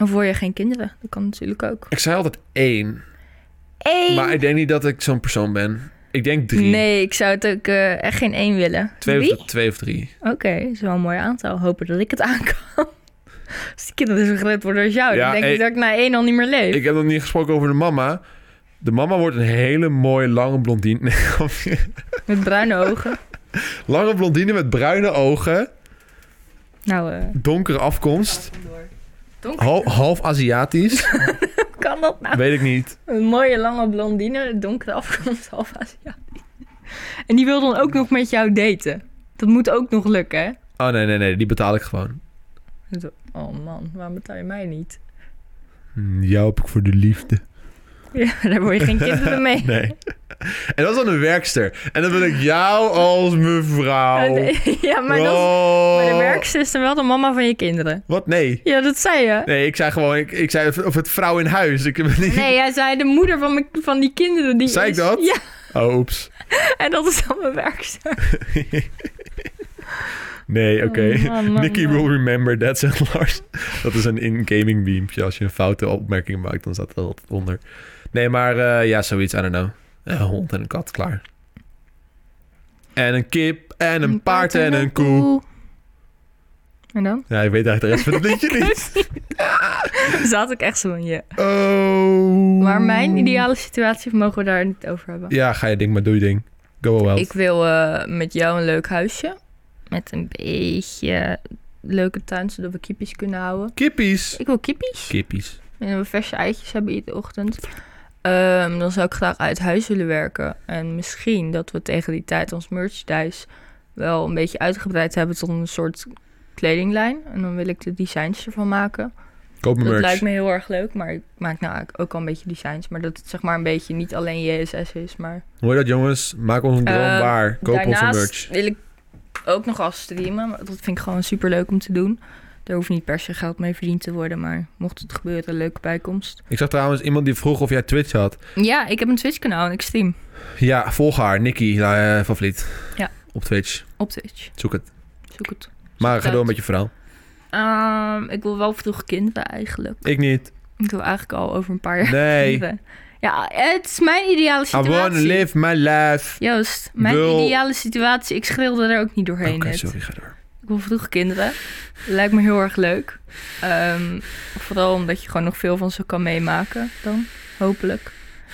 S2: Of wil je geen kinderen? Dat kan natuurlijk ook.
S1: Ik zei altijd één.
S2: Eén!
S1: Maar ik denk niet dat ik zo'n persoon ben. Ik denk drie.
S2: Nee, ik zou het ook eh, echt geen één willen.
S1: Twee,
S2: Drie?
S1: Of, twee of drie.
S2: Oké, dat is wel een mooi aantal. Hopen dat ik het aan kan. Als die kinderen zo gered worden als jou,
S1: Ja,
S2: dan denk
S1: eh,
S2: ik dat ik na één al niet meer leef.
S1: Ik heb nog niet gesproken over de mama. De mama wordt een hele mooie lange blondine. Nee, grapje.
S2: Met bruine ogen.
S1: lange blondine met bruine ogen.
S2: Nou, eh
S1: Donkere afkomst.
S2: donker.
S1: Hal- half Aziatisch.
S2: Hoe kan dat nou?
S1: Weet ik niet.
S2: Een mooie lange blondine, donkere afkomst, half Aziatisch. En die wil dan ook nog met jou daten. Dat moet ook nog lukken, hè?
S1: Oh nee, nee, nee. Die betaal ik gewoon.
S2: Oh man, waarom betaal je mij niet?
S1: Hmm, Jou heb ik voor de liefde.
S2: Ja, daar word je geen kinderen mee.
S1: Nee. En dat is dan een werkster. En dan wil ik jou als mevrouw. Oh.
S2: Ja, Oh, maar, dat is, maar de werkster is dan wel de mama van je kinderen.
S1: Wat? Nee.
S2: Ja, dat zei je.
S1: Nee, ik zei gewoon... Ik, ik zei of- of het vrouw in huis. Ik heb niet...
S2: Nee, jij zei de moeder van, mijn- van die kinderen. Die
S1: Zei ik
S2: is-
S1: dat?
S2: Ja,
S1: Oh, oeps.
S2: en dat is dan mijn werkster.
S1: Nee, oké.
S2: Oh, man, man,
S1: Nicky
S2: man.
S1: will remember that, zegt Lars. Dat is een in-gaming beampje. Als je een foute opmerking maakt, dan staat dat altijd onder. Nee, maar eh, ja, zoiets. I don't know. Eh, Een hond en een kat, klaar. En een kip en een, paard en een koe.
S2: En dan?
S1: Ja, ik weet eigenlijk de rest van het liedje niet.
S2: Zat ik echt zo in je.
S1: Oh.
S2: Maar mijn ideale situatie mogen we daar niet over hebben.
S1: Ja, ga je ding, maar doe je ding. Go well.
S2: Ik wil eh, met jou een leuk huisje. Met een beetje leuke tuin, zodat we kippies kunnen houden.
S1: Kippies.
S2: Ik wil kippies.
S1: Kippies.
S2: En we verse eitjes hebben iedere ochtend. Ehm, dan zou ik graag uit huis willen werken. En misschien dat we tegen die tijd ons merchandise wel een beetje uitgebreid hebben tot een soort kledinglijn. En dan wil ik de designs ervan maken.
S1: Koop me
S2: Dat
S1: merch.
S2: lijkt me heel erg leuk, maar ik maak nou eigenlijk ook al een beetje designs. Maar dat het zeg maar een beetje niet alleen JSS is, maar...
S1: Hoor je dat, jongens? Maak ons een droom
S2: Eh,
S1: waar. Koop
S2: Daarnaast
S1: onze merch.
S2: wil ik ook nog als streamen. maar Dat vind ik gewoon super leuk om te doen. Daar hoeft niet per se geld mee verdiend te worden, maar mocht het gebeuren, een leuke bijkomst.
S1: Ik zag trouwens iemand die vroeg of jij Twitch had.
S2: Ja, ik heb een Twitch-kanaal en ik stream
S1: Ja, volg haar, Nikki eh, van Vliet.
S2: Ja.
S1: Op Twitch.
S2: op Twitch.
S1: Zoek het.
S2: Zoek het.
S1: Maar ga
S2: het
S1: door
S2: uit.
S1: met je verhaal.
S2: Ehm, ik wil wel vroeg kinderen eigenlijk.
S1: Ik niet.
S2: Ik wil eigenlijk al over een paar jaar
S1: Nee. I
S2: kinderen. Ja, het is mijn ideale
S1: want to
S2: situatie.
S1: live my life.
S2: Joost, mijn
S1: Wil-
S2: ideale situatie. Ik schreeuwde er ook niet doorheen
S1: Oké,
S2: net.
S1: sorry, ga door.
S2: Ik wil vroeg kinderen. Lijkt me heel erg leuk. Ehm, vooral omdat je gewoon nog veel van ze kan meemaken dan. Hopelijk.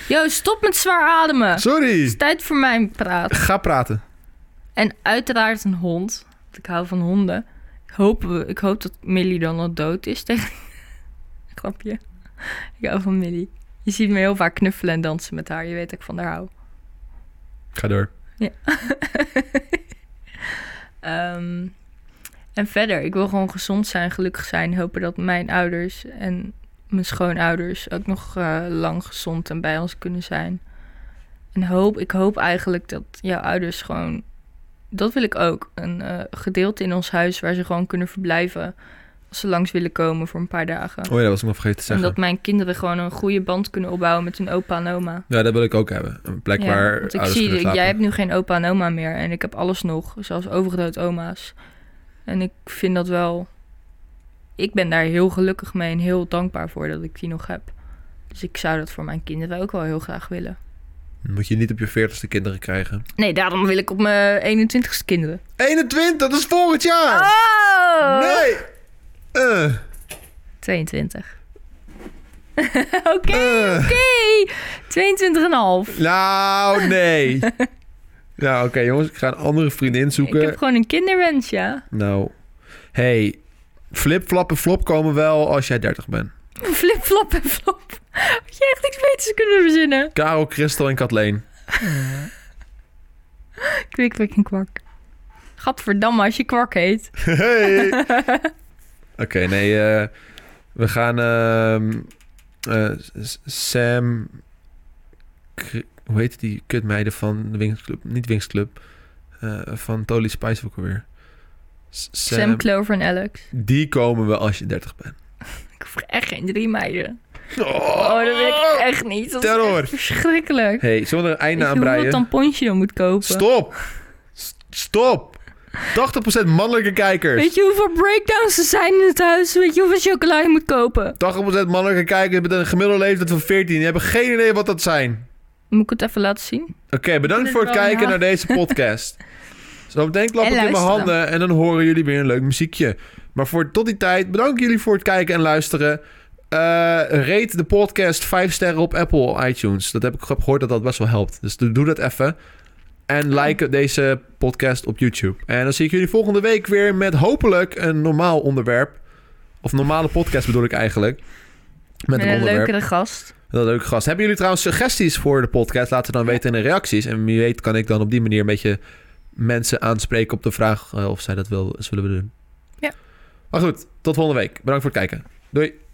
S2: Joost, stop met zwaar ademen. Het
S1: Sorry.
S2: is tijd voor mijn praat.
S1: Ga praten.
S2: En uiteraard een hond. Want ik hou van honden. Ik hoop, ik hoop dat Millie dan al dood is. Tegen... Grapje. Ik hou van Millie. Je ziet me heel vaak knuffelen en dansen met haar. Je weet dat ik van haar hou.
S1: Ga door.
S2: Ehm, en verder, ik wil gewoon gezond zijn, gelukkig zijn. Hopen dat mijn ouders en mijn schoonouders ook nog eh, lang gezond en bij ons kunnen zijn. En hoop, ik hoop eigenlijk dat jouw ouders gewoon. Dat wil ik ook. Een eh, gedeelte in ons huis waar ze gewoon kunnen verblijven. Als ze langs willen komen voor een paar dagen.
S1: Oh ja, dat was ik nog vergeten te
S2: en
S1: zeggen.
S2: dat mijn kinderen gewoon een goede band kunnen opbouwen met hun opa en oma.
S1: Ja, dat wil ik ook hebben. Een plek waar
S2: want ik
S1: ouders
S2: zie,
S1: kunnen
S2: ik,
S1: slapen.
S2: jij hebt nu geen opa en oma meer en ik heb alles nog, zelfs overgroot oma's. En ik vind dat wel, ik ben daar heel gelukkig mee en heel dankbaar voor dat ik die nog heb. Dus ik zou dat voor mijn kinderen ook wel heel graag willen.
S1: Moet je niet op je veertigste kinderen krijgen.
S2: Nee, daarom wil ik op mijn 21ste kinderen.
S1: 21, dat is volgend jaar!
S2: Oh!
S1: Nee! Eh,
S2: 22. Oké,
S1: Eh.
S2: oké. 22,5.
S1: Nou, nee. nou, oké jongens, ik ga een andere vriendin zoeken.
S2: Ik heb gewoon een kinderwens, ja.
S1: Nou, hey, flip, flap en flop komen wel als jij 30 bent.
S2: Flip, flap en flop. Had je echt niks beters kunnen verzinnen?
S1: Karel, Christel en Kathleen.
S2: Kwik, kwik en kwak. Gadverdamme, als je kwak heet.
S1: Hey. Oké, nee, eh, we gaan ehm, eh, S- Sam, Kri- hoe heet die kutmeiden van de Wingsclub? Niet Wingsclub, eh, van Tolly Spice ook alweer. S-
S2: Sam, Clover en Alex.
S1: die komen wel als je 30 bent.
S2: Ik hoef echt geen drie meiden.
S1: Oh,
S2: Oh, dat wil ik echt niet. Dat is echt
S1: Terror.
S2: verschrikkelijk.
S1: Hey, zullen we er een einde
S2: Weet
S1: aan
S2: je hoeveel
S1: breien?
S2: tampons je dan moet kopen?
S1: Stop! S- Stop! 80% mannelijke kijkers.
S2: Weet je hoeveel breakdowns er zijn in het huis? Weet je hoeveel chocola je moet kopen?
S1: 80% mannelijke kijkers met een gemiddelde leeftijd van 14. Die hebben geen idee wat dat zijn.
S2: Moet ik het even laten zien?
S1: Oké, bedankt
S2: Dit
S1: voor het
S2: wel,
S1: kijken
S2: ja.
S1: naar deze podcast. Zo meteen klap
S2: En
S1: ik in mijn
S2: luisteren.
S1: handen en dan horen jullie weer een leuk muziekje. Maar voor tot die tijd, bedankt jullie voor het kijken en luisteren. Eh rate de podcast 5 sterren op Apple iTunes. Dat heb ik gehoord dat dat best wel helpt. Dus doe doe dat even. En like deze podcast op YouTube. En dan zie ik jullie volgende week weer met hopelijk een normaal onderwerp. Of normale podcast bedoel ik eigenlijk. Met een
S2: een
S1: onderwerp.
S2: leukere gast.
S1: Wat een leuke gast. Hebben jullie trouwens suggesties voor de podcast? Laat ze dan weten in de reacties. En wie weet kan ik dan op die manier een beetje mensen aanspreken op de vraag eh, of zij dat wel zullen we doen.
S2: Ja.
S1: Maar goed, tot volgende week. Bedankt voor het kijken. Doei.